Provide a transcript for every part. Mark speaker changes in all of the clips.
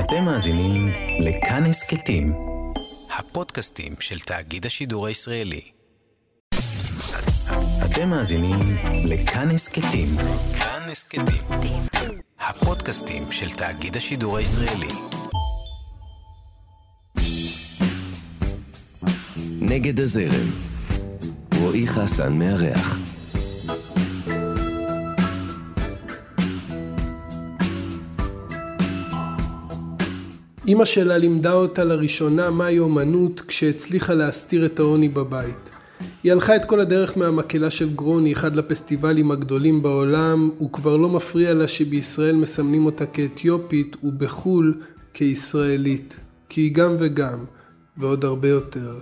Speaker 1: אתם מאזינים לכאן הסכתים, הפודקאסטים של תאגיד השידור הישראלי. אתם מאזינים לכאן הסכתים, כאן הסכתים, הפודקאסטים של תאגיד השידור הישראלי.
Speaker 2: נגד הזרם. רועי חסן מארח.
Speaker 3: אמא שלה לימדה אותה לראשונה מהי אומנות כשהצליחה להסתיר את העוני בבית. היא הלכה את כל הדרך מהמקהלה של גרוני, אחד לפסטיבלים הגדולים בעולם, וכבר לא מפריע לה שבישראל מסמנים אותה כאתיופית ובחו"ל כישראלית. כי היא גם וגם, ועוד הרבה יותר.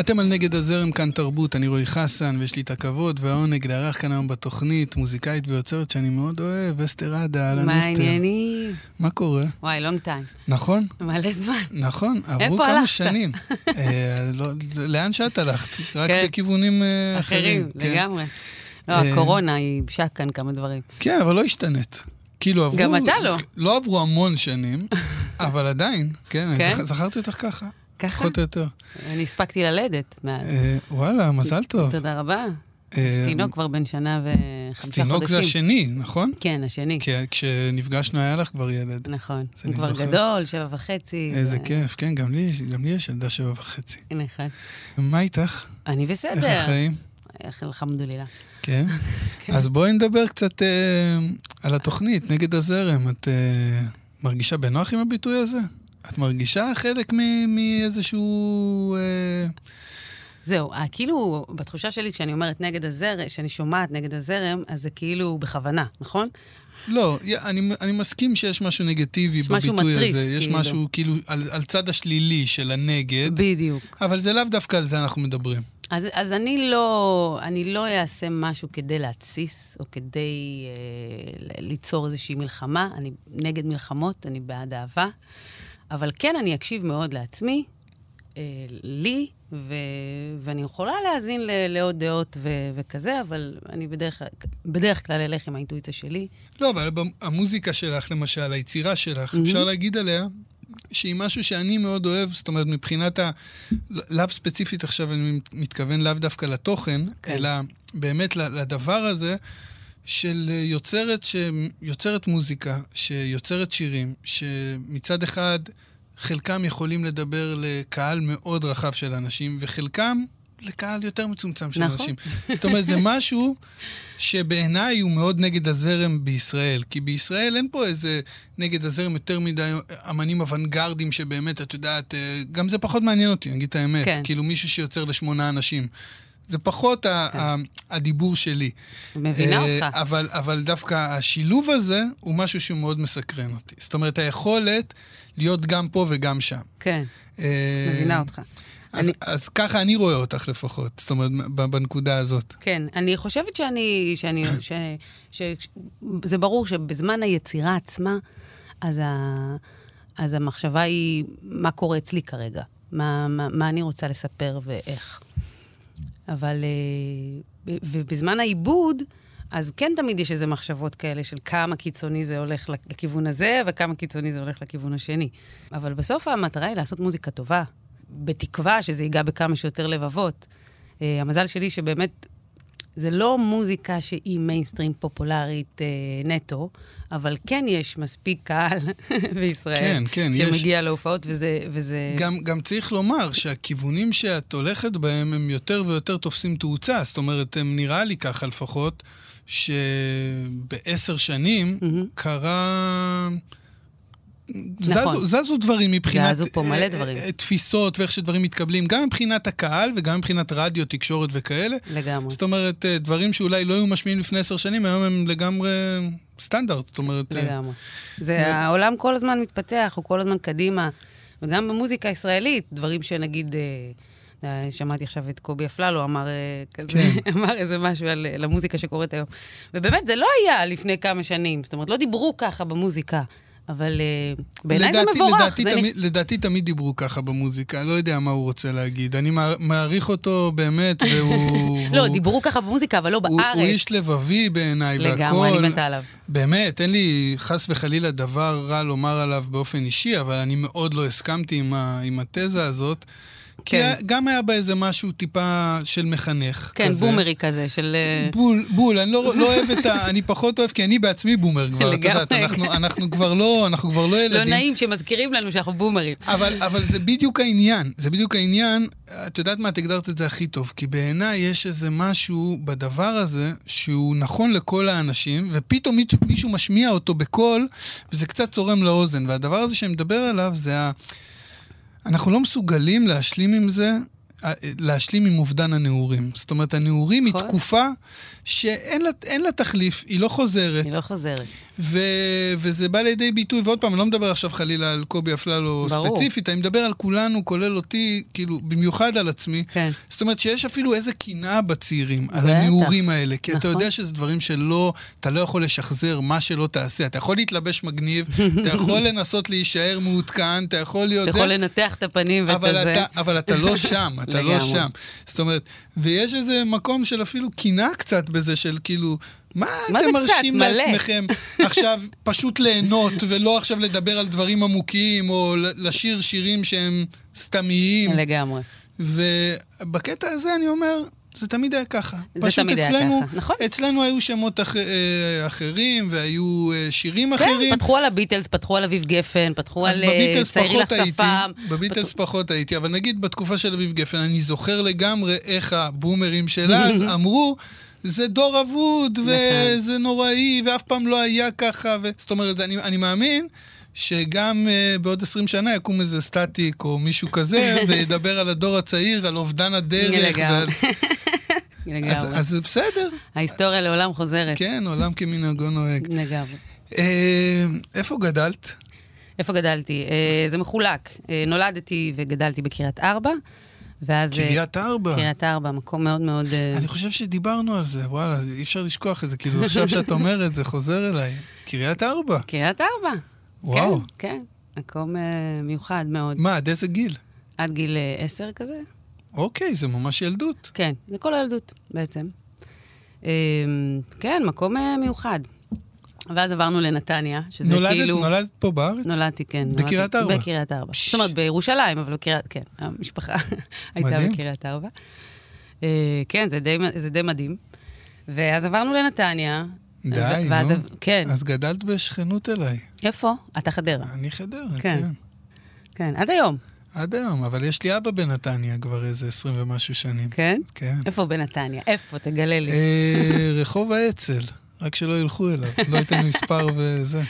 Speaker 4: אתם על נגד הזרם כאן תרבות, אני רועי חסן, ויש לי את הכבוד והעונג לארח כאן היום בתוכנית מוזיקאית ויוצרת שאני מאוד אוהב, אסתר עדה, אהלן
Speaker 5: מה
Speaker 4: אסתר.
Speaker 5: העניינים?
Speaker 4: מה קורה?
Speaker 5: וואי, לונג טיים.
Speaker 4: נכון?
Speaker 5: מלא זמן.
Speaker 4: נכון, עברו
Speaker 5: איפה
Speaker 4: כמה
Speaker 5: הלכת?
Speaker 4: שנים. אה, לא, לאן שאת הלכת? רק
Speaker 5: כן.
Speaker 4: בכיוונים אה, אחרים. כן.
Speaker 5: אחרים, לגמרי. לא,
Speaker 4: אה,
Speaker 5: הקורונה היא ייבשה כאן כמה דברים.
Speaker 4: כן, אבל לא השתנית. כאילו עברו...
Speaker 5: גם אתה לא.
Speaker 4: לא עברו המון שנים, אבל עדיין, כן, אני
Speaker 5: כן?
Speaker 4: זכ- זכרתי אותך ככה.
Speaker 5: ככה?
Speaker 4: פחות או יותר.
Speaker 5: אני הספקתי ללדת מאז.
Speaker 4: אה, וואלה, מזל טוב.
Speaker 5: תודה רבה.
Speaker 4: אה,
Speaker 5: יש תינוק כבר בן שנה
Speaker 4: אז
Speaker 5: וחמישה
Speaker 4: תינוק זה
Speaker 5: חודשים.
Speaker 4: השני, נכון?
Speaker 5: כן, השני.
Speaker 4: כי כשנפגשנו היה לך כבר ילד.
Speaker 5: נכון.
Speaker 4: זה
Speaker 5: הוא
Speaker 4: אני
Speaker 5: כבר
Speaker 4: זוכר.
Speaker 5: גדול, שבע וחצי.
Speaker 4: איזה
Speaker 5: ו-
Speaker 4: כיף, כן, גם לי יש- גם לי יש ילדה שבע וחצי.
Speaker 5: הנה אחד.
Speaker 4: מה איתך?
Speaker 5: אני
Speaker 4: איך
Speaker 5: בסדר.
Speaker 4: החיים?
Speaker 5: איך אלחמדולילה.
Speaker 4: כן. אז בואי נדבר קצת אה, על התוכנית, נגד הזרם. את אה, מרגישה בנוח עם הביטוי הזה? את מרגישה חלק מ- מאיזשהו... אה,
Speaker 5: זהו, אה, כאילו, בתחושה שלי, כשאני אומרת נגד הזרם, כשאני שומעת נגד הזרם, אז זה כאילו בכוונה, נכון?
Speaker 4: לא, י- אני, אני מסכים שיש משהו נגטיבי
Speaker 5: יש
Speaker 4: בביטוי
Speaker 5: משהו מתריס,
Speaker 4: הזה. יש
Speaker 5: כאילו.
Speaker 4: משהו כאילו על, על צד השלילי של הנגד,
Speaker 5: בדיוק.
Speaker 4: אבל זה לאו דווקא על זה אנחנו מדברים.
Speaker 5: אז, אז אני לא אני לא אעשה משהו כדי להתסיס, או כדי אה, ל- ליצור איזושהי מלחמה. אני נגד מלחמות, אני בעד אהבה. אבל כן, אני אקשיב מאוד לעצמי, אה, לי, ו, ואני יכולה להאזין ל, לעוד דעות ו, וכזה, אבל אני בדרך, בדרך כלל אלך עם האינטואיציה שלי.
Speaker 4: לא, אבל במ- המוזיקה שלך, למשל, היצירה שלך,
Speaker 5: Mm-hmm.
Speaker 4: אפשר להגיד עליה שהיא משהו שאני מאוד אוהב, זאת אומרת, מבחינת ה... לאו ספציפית עכשיו, אני מתכוון לאו דווקא לתוכן,
Speaker 5: כן.
Speaker 4: אלא באמת ל- לדבר הזה של אה, יוצרת, שיוצרת מוזיקה, שיוצרת שירים, שמצד אחד חלקם יכולים לדבר לקהל מאוד רחב של אנשים, וחלקם לקהל יותר מצומצם של
Speaker 5: נכון.
Speaker 4: אנשים. זאת אומרת, זה משהו שבעיניי הוא מאוד נגד הזרם בישראל. כי בישראל אין פה איזה נגד הזרם יותר מדי אמנים אוונגרדים שבאמת, את יודעת, אה, גם זה פחות מעניין אותי, אני אגיד את האמת.
Speaker 5: כן.
Speaker 4: כאילו מישהו שיוצר לשמונה אנשים. זה פחות ה- ה- הדיבור שלי.
Speaker 5: כן. מבינה
Speaker 4: אה,
Speaker 5: אותך.
Speaker 4: אבל, אבל דווקא השילוב הזה הוא משהו שהוא מאוד מסקרן אותי. זאת אומרת, היכולת להיות גם פה וגם שם.
Speaker 5: כן,
Speaker 4: אה,
Speaker 5: מבינה אותך.
Speaker 4: אז, אני... אז ככה אני רואה אותך לפחות, זאת אומרת, ב- בנקודה הזאת.
Speaker 5: כן, אני חושבת שאני... שאני ש, ש, ש, זה ברור שבזמן היצירה עצמה, אז, ה, אז המחשבה היא מה קורה אצלי כרגע, מה, מה, מה אני רוצה לספר ואיך. אבל... אה, ו- ובזמן העיבוד, אז כן תמיד יש איזה מחשבות כאלה של כמה קיצוני זה הולך לכיוון הזה, וכמה קיצוני זה הולך לכיוון השני. אבל בסוף המטרה היא לעשות מוזיקה טובה, בתקווה שזה ייגע בכמה שיותר לבבות. אה, המזל שלי שבאמת, זה לא מוזיקה שהיא מיינסטרים פופולרית אה, נטו, אבל כן יש מספיק קהל בישראל
Speaker 4: כן, כן, יש.
Speaker 5: שמגיע להופעות, וזה... וזה...
Speaker 4: גם, גם צריך לומר שהכיוונים שאת הולכת בהם הם יותר ויותר תופסים תאוצה. זאת אומרת, הם נראה לי ככה לפחות, שבעשר שנים קרה... זזו,
Speaker 5: נכון.
Speaker 4: זזו דברים מבחינת...
Speaker 5: זזו פה מלא
Speaker 4: אה,
Speaker 5: דברים.
Speaker 4: אה, תפיסות ואיך שדברים מתקבלים, גם מבחינת הקהל וגם מבחינת רדיו, תקשורת וכאלה.
Speaker 5: לגמרי.
Speaker 4: זאת אומרת, אה, דברים שאולי לא היו משמיעים לפני עשר שנים, היום הם לגמרי סטנדרט. זאת אומרת... אה,
Speaker 5: לגמרי. זה, העולם כל הזמן מתפתח, הוא כל הזמן קדימה. וגם במוזיקה הישראלית, דברים שנגיד, אה, אה, שמעתי עכשיו את קובי אפללו אמר אה, כזה,
Speaker 4: כן.
Speaker 5: אמר איזה משהו על, על המוזיקה שקורית היום. ובאמת, זה לא היה לפני כמה שנים, זאת אומרת, לא דיברו ככה במוזיקה. אבל אה, בעיניי זה
Speaker 4: לדעתי-
Speaker 5: מבורך.
Speaker 4: לדעתי,
Speaker 5: זה
Speaker 4: תמיד, לדעתי תמיד דיברו ככה במוזיקה, לא יודע מה הוא רוצה להגיד. אני מע- מעריך אותו באמת, והוא...
Speaker 5: לא,
Speaker 4: והוא-
Speaker 5: דיברו ככה במוזיקה, אבל לא
Speaker 4: הוא,
Speaker 5: בארץ.
Speaker 4: הוא איש לבבי בעיניי, והכול...
Speaker 5: לגמרי, אני מתה עליו.
Speaker 4: באמת, אין לי חס וחלילה דבר רע לומר עליו באופן אישי, אבל אני מאוד לא הסכמתי עם, ה, עם התזה הזאת. כי
Speaker 5: כן.
Speaker 4: היה- גם היה בה איזה משהו טיפה של מחנך.
Speaker 5: כן,
Speaker 4: כזה.
Speaker 5: בומרי כזה, של... אה,
Speaker 4: בול, בול, אני לא, לא אוהב את ה... אני פחות אוהב, כי אני בעצמי בומר כבר, את יודעת,
Speaker 5: לגמרי.
Speaker 4: אנחנו, אנחנו כבר לא, אנחנו כבר לא ילדים.
Speaker 5: לא נעים שמזכירים לנו שאנחנו בומרים.
Speaker 4: אבל, אבל זה בדיוק העניין, זה בדיוק העניין, את יודעת מה, את הגדרת את זה הכי טוב, כי בעיניי יש איזה משהו בדבר הזה שהוא נכון לכל האנשים, ופתאום מישהו- מישהו משמיע אותו בקול, וזה קצת צורם לאוזן, והדבר הזה שאני מדבר עליו זה ה... אנחנו לא מסוגלים להשלים עם זה, אה, להשלים עם אובדן הנעורים. זאת אומרת, הנעורים היא
Speaker 5: נכון.
Speaker 4: תקופה שאין לה, אין לה תחליף, היא לא חוזרת.
Speaker 5: אני לא חוזרת.
Speaker 4: ו- וזה בא לידי ביטוי, ועוד פעם, אני לא מדבר עכשיו חלילה על קובי אפללו
Speaker 5: ברור.
Speaker 4: ספציפית, אני מדבר על כולנו, כולל אותי, כאילו, במיוחד על עצמי.
Speaker 5: כן.
Speaker 4: זאת אומרת שיש אפילו איזה קנאה בצעירים, על
Speaker 5: בטח.
Speaker 4: הנעורים האלה, כי אתה
Speaker 5: נכון.
Speaker 4: יודע שזה דברים שלא, אתה לא יכול לשחזר מה שלא תעשה. אתה יכול להתלבש מגניב, אתה יכול לנסות להישאר מעודכן, אתה יכול להיות...
Speaker 5: אתה
Speaker 4: זה,
Speaker 5: יכול לנתח את הפנים ואת
Speaker 4: אבל
Speaker 5: הזה.
Speaker 4: אתה, אבל אתה לא שם, אתה לא
Speaker 5: לגמרי.
Speaker 4: שם. זאת אומרת, ויש איזה מקום של אפילו קנאה קצת בזה, של כאילו, מה,
Speaker 5: מה
Speaker 4: אתם
Speaker 5: זה קצת?
Speaker 4: מרשים
Speaker 5: מלא."
Speaker 4: לעצמכם עכשיו פשוט ליהנות, ולא עכשיו לדבר על דברים עמוקים, או ל- לשיר שירים שהם סתמיים.
Speaker 5: לגמרי.
Speaker 4: ובקטע הזה אני אומר... זה תמיד היה ככה.
Speaker 5: זה
Speaker 4: פשוט
Speaker 5: תמיד היה
Speaker 4: אצלנו,
Speaker 5: ככה, נכון.
Speaker 4: אצלנו היו שמות אח, אה, אחרים, והיו אה, שירים אחרים.
Speaker 5: כן, פתחו על הביטלס, פתחו על אביב גפן, פתחו על
Speaker 4: אז
Speaker 5: אה,
Speaker 4: בביטלס
Speaker 5: צעירי
Speaker 4: פחות
Speaker 5: לך
Speaker 4: הייתי,
Speaker 5: שפם.
Speaker 4: בביטלס פחות הייתי, אבל נגיד בתקופה של אביב גפן, אני זוכר לגמרי איך הבומרים של אז אמרו, זה דור אבוד,
Speaker 5: נכון.
Speaker 4: וזה נוראי, ואף פעם לא היה ככה, ו... זאת אומרת, אני, אני מאמין. שגם uh, בעוד 20 שנה יקום איזה סטטיק או מישהו כזה, וידבר על הדור הצעיר, על אובדן הדרך. ועל...
Speaker 5: לגמרי.
Speaker 4: אז,
Speaker 5: לגמרי.
Speaker 4: אז זה בסדר,
Speaker 5: ההיסטוריה לעולם חוזרת.
Speaker 4: כן, עולם כמנהגו נוהג.
Speaker 5: לגמרי.
Speaker 4: Uh, איפה גדלת?
Speaker 5: איפה גדלתי? אה, זה מחולק. אה, נולדתי וגדלתי בקריית ארבע, ואז... אה,
Speaker 4: קריית ארבע.
Speaker 5: קריית ארבע, מקום מאוד מאוד... אה,
Speaker 4: אני חושב שדיברנו על זה, וואלה, אי אפשר לשכוח את זה. כאילו, עכשיו שאת אומרת, זה חוזר אליי. קריית ארבע.
Speaker 5: קריית ארבע.
Speaker 4: וואו.
Speaker 5: כן, כן. מקום אה, מיוחד מאוד.
Speaker 4: מה, עד איזה גיל?
Speaker 5: עד גיל אה, עשר כזה?
Speaker 4: אוקיי, זה ממש ילדות.
Speaker 5: כן, זה כל הילדות בעצם. אה, כן, מקום אה, מיוחד. ואז עברנו לנתניה, שזה
Speaker 4: נולדת-
Speaker 5: כאילו...
Speaker 4: נולדת פה בארץ?
Speaker 5: נולדתי, כן.
Speaker 4: בקריית
Speaker 5: נולדתי-
Speaker 4: ארבע?
Speaker 5: בקריית ארבע.
Speaker 4: פש.
Speaker 5: זאת אומרת, בירושלים, אבל בקריית, כן, המשפחה הייתה
Speaker 4: מדהים.
Speaker 5: בקריית ארבע. אה, כן, זה די, זה די מדהים. ואז עברנו לנתניה.
Speaker 4: די,
Speaker 5: ואז-
Speaker 4: נו.
Speaker 5: כן.
Speaker 4: אז גדלת בשכנות אליי.
Speaker 5: איפה? אתה חדרה.
Speaker 4: אני חדרה,
Speaker 5: כן.
Speaker 4: כן.
Speaker 5: כן, עד היום.
Speaker 4: עד היום, אבל יש לי אבא בנתניה כבר איזה 20 ומשהו שנים.
Speaker 5: כן?
Speaker 4: כן.
Speaker 5: איפה בנתניה? איפה? תגלה לי.
Speaker 4: אה, רחוב האצ"ל, רק שלא ילכו אליו, לא ייתן מספר וזה.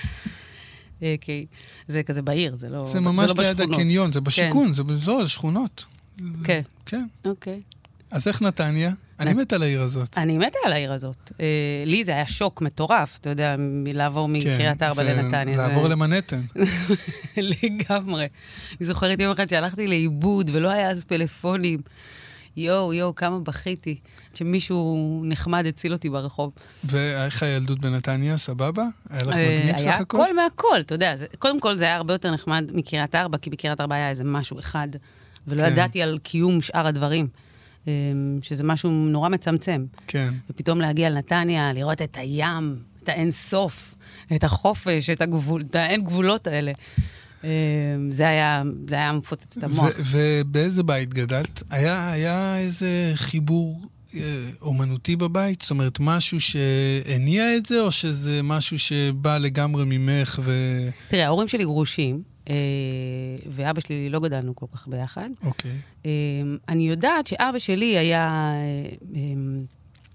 Speaker 5: אה, כי זה כזה בעיר, זה לא
Speaker 4: זה ממש
Speaker 5: לא
Speaker 4: ליד
Speaker 5: בשכונות.
Speaker 4: הקניון, זה בשיכון, זה בזו, זה שכונות.
Speaker 5: כן,
Speaker 4: כן.
Speaker 5: אוקיי.
Speaker 4: אז איך נתניה? אני מת על העיר הזאת.
Speaker 5: אני מתה על העיר הזאת. אה, לי זה היה שוק מטורף, אתה יודע, מ- לעבור מקריית ארבע
Speaker 4: כן, זה
Speaker 5: לנתניה. זה-
Speaker 4: לעבור למנהטן.
Speaker 5: לגמרי. אני זוכרת יום אחד שהלכתי לאיבוד, ולא היה אז פלאפונים. יואו, יואו, כמה בכיתי. שמישהו נחמד הציל אותי ברחוב.
Speaker 4: ואיך הילדות בנתניה? סבבה? היה לך
Speaker 5: אה,
Speaker 4: מגניב סך הכל?
Speaker 5: היה הכל מהכל, אתה יודע. זה, קודם כל, זה היה הרבה יותר נחמד מקריית ארבע, כי בקריית ארבע היה איזה משהו אחד, ולא
Speaker 4: כן.
Speaker 5: ידעתי על קיום שאר הדברים, אה, שזה משהו נורא מצמצם.
Speaker 4: כן.
Speaker 5: ופתאום להגיע לנתניה, לראות את הים, את האין סוף, את החופש, את הגבול, את האין גבולות האלה. אה, זה היה, זה היה מפוצץ את המוח.
Speaker 4: ו- ובאיזה בית גדלת? היה, היה איזה חיבור אה, אומנותי בבית? זאת אומרת, משהו שהניע את זה, או שזה משהו שבא לגמרי ממך ו...
Speaker 5: תראה, ההורים שלי גרושים, אה, ואבא שלי לא גדלנו כל כך ביחד.
Speaker 4: אוקיי.
Speaker 5: אה, אני יודעת שאבא שלי היה, אה, אה,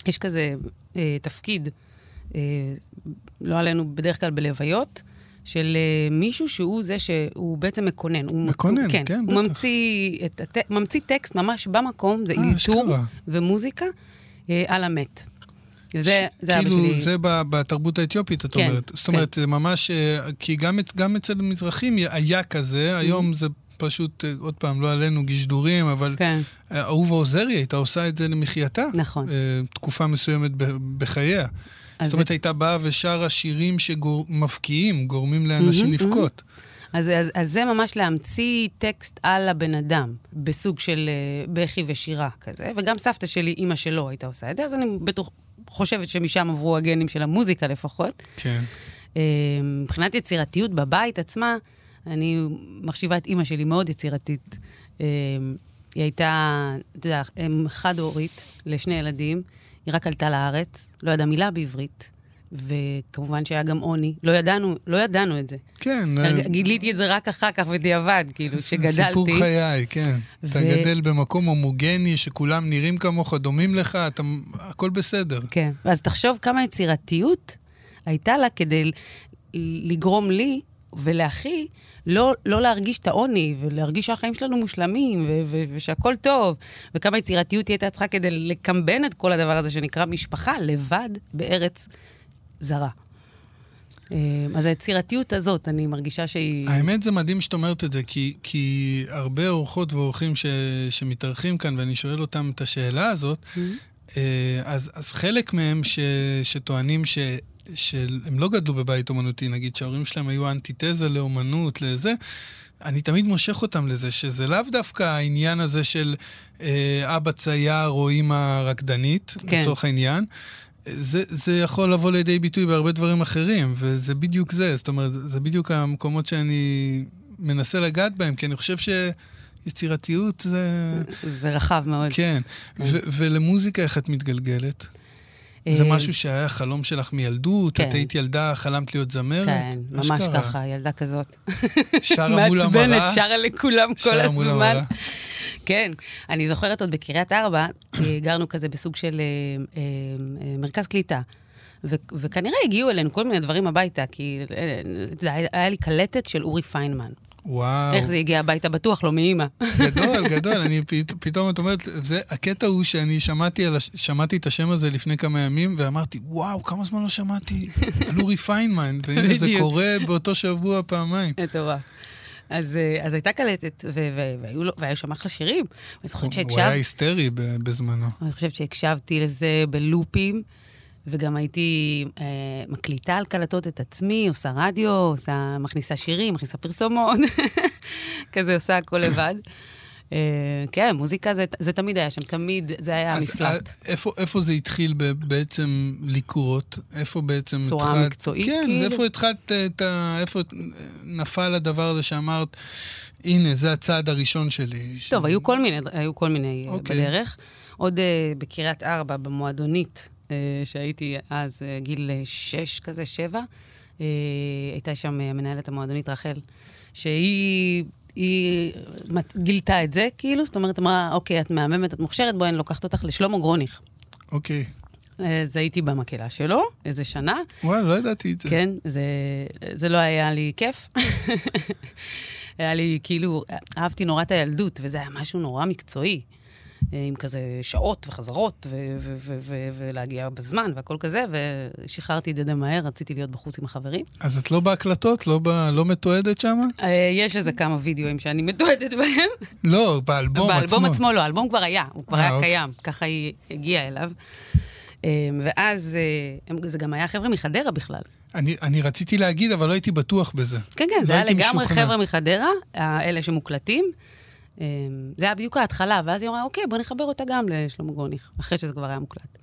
Speaker 5: יש כזה אה, תפקיד, אה, לא עלינו, בדרך כלל בלוויות. של אה, מישהו שהוא זה שהוא בעצם מקונן. הוא,
Speaker 4: מקונן,
Speaker 5: הוא,
Speaker 4: כן,
Speaker 5: הוא
Speaker 4: בטח.
Speaker 5: ממציא, את, הט- ממציא טקסט ממש במקום, זה
Speaker 4: אה,
Speaker 5: אלתור
Speaker 4: אשכרה.
Speaker 5: ומוזיקה אה, על המת. זה,
Speaker 4: ש-
Speaker 5: זה אבא שלי.
Speaker 4: כאילו, זה ב- בתרבות האתיופית, את
Speaker 5: כן,
Speaker 4: אומרת. זאת אומרת, זה ממש... אה, כי גם את- גם אצל מזרחים היה כזה, היום
Speaker 5: Mm-hmm.
Speaker 4: זה פשוט, אה, עוד פעם, לא עלינו גשדורים, אבל... אה,
Speaker 5: כן.
Speaker 4: אהובה עוזרי הייתה עושה את זה למחייתה.
Speaker 5: נכון.
Speaker 4: אה, תקופה מסוימת ב- בחייה.
Speaker 5: אז
Speaker 4: זאת אומרת,
Speaker 5: זה-
Speaker 4: הייתה באה ושרה שירים שמבקיעים, גורמים לאנשים
Speaker 5: מהמם,
Speaker 4: לבכות.
Speaker 5: אז, אז, אז זה ממש להמציא טקסט על הבן אדם, בסוג של אה, בכי ושירה כזה. וגם סבתא שלי, אימא שלו, הייתה עושה את זה, אז אני בטוח, חושבת שמשם עברו הגנים של המוזיקה לפחות.
Speaker 4: כן.
Speaker 5: אה, מבחינת יצירתיות בבית עצמה, אני מחשיבה את אימא שלי מאוד יצירתית. אה, היא הייתה, אתה יודע, אם חד-הורית לשני ילדים, היא רק עלתה לארץ, לא ידעה מילה בעברית, וכמובן שהיה גם עוני. לא ידענו, לא ידענו את זה.
Speaker 4: כן, אה,
Speaker 5: הרגע- גיליתי את זה רק אחר כך בדיעבד, כאילו,
Speaker 4: סיפור
Speaker 5: שגדלתי.
Speaker 4: חיי, כן.
Speaker 5: ו-
Speaker 4: אתה גדל במקום הומוגני, שכולם נראים כמוך, דומים לך, אתה... הכל בסדר.
Speaker 5: כן. אז תחשוב כמה יצירתיות הייתה לה כדי ל- לגרום לי ולאחי לא, לא להרגיש את העוני, ולהרגיש שהחיים שלנו מושלמים, ו- ו- ושהכול טוב, וכמה יצירתיות היא הייתה צריכה כדי לקמבן את כל הדבר הזה שנקרא משפחה, לבד בארץ זרה. אה, אז היצירתיות הזאת, אני מרגישה שהיא...
Speaker 4: האמת זה מדהים שאת אומרת את זה, כי, כי הרבה אורחות ואורחים ש, שמתארחים כאן, ואני שואל אותם את השאלה הזאת, אה, אז, אז חלק מהם ש, שטוענים ש, שהם לא גדלו בבית אומנותי, נגיד שההורים שלהם היו אנטיתזה לאומנות, לזה, אני תמיד מושך אותם לזה, שזה לאו דווקא העניין הזה של אה, אבא צייר או אימא רקדנית,
Speaker 5: כן.
Speaker 4: כן. לצורך העניין. זה, זה יכול לבוא לידי ביטוי בהרבה דברים אחרים, וזה בדיוק זה. זאת אומרת, זה בדיוק המקומות שאני מנסה לגעת בהם, כי אני חושב שיצירתיות זה...
Speaker 5: זה רחב מאוד.
Speaker 4: כן. ו- ולמוזיקה, איך את מתגלגלת? כן, זה
Speaker 5: אה,
Speaker 4: משהו שהיה חלום שלך מילדות?
Speaker 5: כן.
Speaker 4: את היית ילדה, חלמת להיות זמרת?
Speaker 5: כן, ממש
Speaker 4: אשכרה.
Speaker 5: ככה, ילדה כזאת.
Speaker 4: שרה מול
Speaker 5: מעצבנת,
Speaker 4: המראה?
Speaker 5: שרה לכולם כל
Speaker 4: שרה מול
Speaker 5: הזמן.
Speaker 4: המראה.
Speaker 5: כן, אני זוכרת עוד בקריית ארבע, אה, גרנו כזה בסוג של אה, אה, אה, מרכז קליטה. ו- וכנראה הגיעו אלינו כל מיני דברים הביתה, כי אה, אתה יודע, היה לי קלטת של אורי פיינמן.
Speaker 4: אה, וואו.
Speaker 5: איך זה הגיע הביתה? בטוח לא מאימא.
Speaker 4: גדול, גדול, אני פת, פתאום את אומרת, זה, הקטע הוא שאני שמעתי, על, הש- שמעתי את השם הזה לפני כמה ימים, ואמרתי, וואו, כמה זמן לא שמעתי על אורי פיינמן, והנה זה
Speaker 5: בדיוק.
Speaker 4: קורה באותו שבוע פעמיים.
Speaker 5: מטורף. אז, אה, אז הייתה קלטת, ו- ו- והיו לו- והיו שם אחלה שירים. אני זוכרת
Speaker 4: הוא-
Speaker 5: שהקשבת.
Speaker 4: הוא היה היסטרי ב- בזמנו.
Speaker 5: אני חושבת שהקשבתי לזה בלופים, וגם הייתי אה, מקליטה על קלטות את עצמי, עושה רדיו, עושה, מכניסה שירים, מכניסה פרסומות, כזה עושה הכל לבד. אה, כן, מוזיקה זה, זה תמיד היה שם, תמיד זה היה
Speaker 4: אז
Speaker 5: המפלט.
Speaker 4: אה, איפה, איפה זה התחיל ב, בעצם לקרות? איפה בעצם התחלת...
Speaker 5: צורה מקצועית,
Speaker 4: כן,
Speaker 5: כאילו?
Speaker 4: ואיפה התחלת את ה... איפה נפל הדבר הזה שאמרת, הנה, זה הצעד הראשון שלי. ש-
Speaker 5: טוב, היו כל מיני, היו כל מיני okay.
Speaker 4: אוקיי.
Speaker 5: בדרך. עוד אה, בקריית ארבע, במועדונית, אה, שהייתי אז אה, גיל אה, שש כזה, שבע, אה, הייתה שם אה, מנהלת המועדונית רחל, שהיא... היא מת- גילתה את זה, כאילו, זאת אומרת, אמרה, אוקיי, את מהממת, את מוכשרת, בואי, אני לוקחת אותך לשלמה גרוניך. אה,
Speaker 4: אוקיי.
Speaker 5: אז הייתי במקהלה שלו, איזה שנה,
Speaker 4: וואלה, לא ידעתי את זה.
Speaker 5: כן, זה, זה לא היה לי כיף. היה לי, כאילו, אהבתי נורא את הילדות, וזה היה משהו נורא מקצועי. אה, עם כזה שעות וחזרות, ו- ו- ו- ו- ולהגיע בזמן והכל כזה, ושחררתי את זה די מהר, רציתי להיות בחוץ עם החברים.
Speaker 4: אז את לא בהקלטות? לא, ב... לא מתועדת שם?
Speaker 5: אה, יש איזה כמה וידאוים שאני מתועדת בהם.
Speaker 4: לא, באלבום עצמו.
Speaker 5: באלבום עצמו לא, האלבום כבר היה, הוא כבר
Speaker 4: אה,
Speaker 5: היה
Speaker 4: אוקיי.
Speaker 5: קיים, ככה היא הגיעה אליו. אה, ואז, אה, הם- זה גם היה חבר'ה מחדרה בכלל.
Speaker 4: אני, אני רציתי להגיד, אבל לא הייתי בטוח בזה.
Speaker 5: כן, כן,
Speaker 4: לא
Speaker 5: זה היה
Speaker 4: הייתי
Speaker 5: לגמרי
Speaker 4: משוכנע.
Speaker 5: חבר'ה מחדרה, אלה שמוקלטים. אמ, זה היה בדיוק ההתחלה, ואז היא אמרה, אוקיי, בוא נחבר אותה גם לשלמה גרוניך, אחרי שזה כבר היה מוקלט.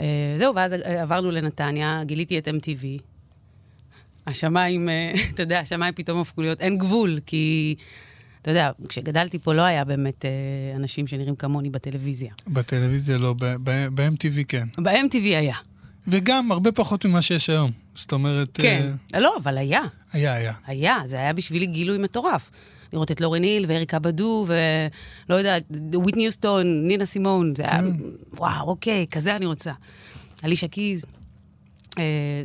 Speaker 5: אה, זהו, ואז אה, עברנו לנתניה, גיליתי את MTV. השמיים, אה, אתה יודע, השמיים פתאום הפכו להיות, אין גבול, כי, אתה יודע, כשגדלתי פה לא היה באמת אה, אנשים שנראים כמוני בטלוויזיה.
Speaker 4: בטלוויזיה לא, ב- ב- ב-MTV כן.
Speaker 5: ב-MTV היה.
Speaker 4: וגם הרבה פחות ממה שיש היום. זאת אומרת,
Speaker 5: כן.
Speaker 4: אה,
Speaker 5: לא, אבל היה.
Speaker 4: היה, היה.
Speaker 5: היה, זה היה בשבילי גילוי מטורף. לראות את לורן היל ואריקה בדו, ולא יודעת, וויטני יוסטון, נינה סימון, זה היה,
Speaker 4: Mm.
Speaker 5: וואו, אוקיי, כזה אני רוצה. אלישה קיז. אה,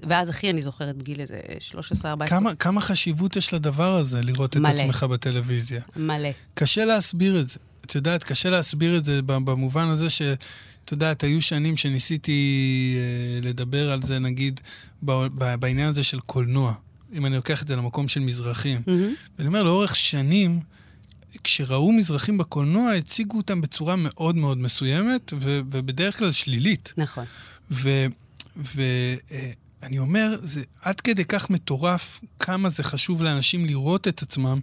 Speaker 5: ואז אחי, אני זוכרת, בגיל איזה 13-14.
Speaker 4: כמה, כמה חשיבות יש לדבר הזה, לראות את
Speaker 5: מלא.
Speaker 4: עצמך בטלוויזיה.
Speaker 5: מלא.
Speaker 4: קשה להסביר את זה. את יודעת, קשה להסביר את זה ב- במובן הזה ש... את יודעת, היו שנים שניסיתי אה, לדבר על זה, נגיד, ב- ב- בעניין הזה של קולנוע, אם אני לוקח את זה למקום של מזרחים. ואני אומר, לאורך שנים, כשראו מזרחים בקולנוע, הציגו אותם בצורה מאוד מאוד מסוימת, ו- ובדרך כלל שלילית.
Speaker 5: נכון.
Speaker 4: ו- ואני אומר, זה עד כדי כך מטורף כמה זה חשוב לאנשים לראות את עצמם,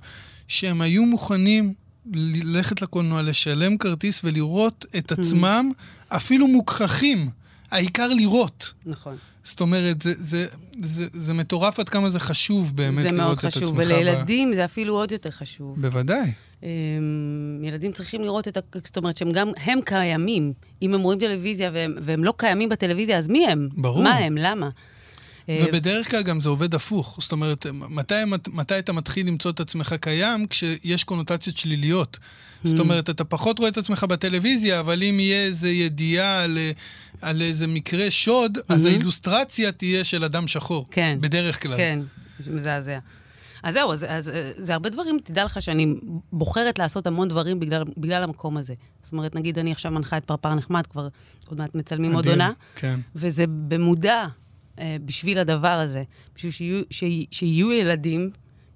Speaker 4: שהם היו מוכנים ללכת לקולנוע, לשלם כרטיס ולראות את
Speaker 5: Mm-hmm.
Speaker 4: עצמם, אפילו מוכחכים. העיקר לראות.
Speaker 5: נכון.
Speaker 4: זאת אומרת, זה, זה, זה, זה מטורף עד כמה זה חשוב באמת
Speaker 5: זה מאוד
Speaker 4: לראות את עצמך.
Speaker 5: חשוב,
Speaker 4: ב...
Speaker 5: ולילדים זה אפילו עוד יותר חשוב.
Speaker 4: בוודאי.
Speaker 5: אמ, ילדים צריכים לראות את ה... זאת אומרת שהם גם, הם קיימים. אם הם רואים טלוויזיה והם, והם לא קיימים בטלוויזיה, אז מי הם?
Speaker 4: ברור.
Speaker 5: מה הם? למה? אה,
Speaker 4: ובדרך כלל גם זה עובד הפוך. זאת אומרת, מתי, מתי אתה מתחיל למצוא את עצמך קיים? כשיש קונוטציות שליליות.
Speaker 5: Mm.
Speaker 4: זאת אומרת, אתה פחות רואה את עצמך בטלוויזיה, אבל אם יהיה איזו ידיעה על, אה, על איזה מקרה שוד, אז האילוסטרציה תהיה של אדם שחור.
Speaker 5: Mm-hmm. כן.
Speaker 4: בדרך כלל.
Speaker 5: כן, מזעזע. אז זהו, אז, אז אה, זה הרבה דברים, תדע לך שאני בוחרת לעשות המון דברים בגלל, בגלל המקום הזה. זאת אומרת, נגיד אני עכשיו מנחה את פרפר נחמד, כבר עוד מעט מצלמים עוד
Speaker 4: מדהים,
Speaker 5: עונה.
Speaker 4: כן.
Speaker 5: וזה במודע אה, בשביל הדבר הזה, בשביל שיהיו, שיה, שיהיו ילדים,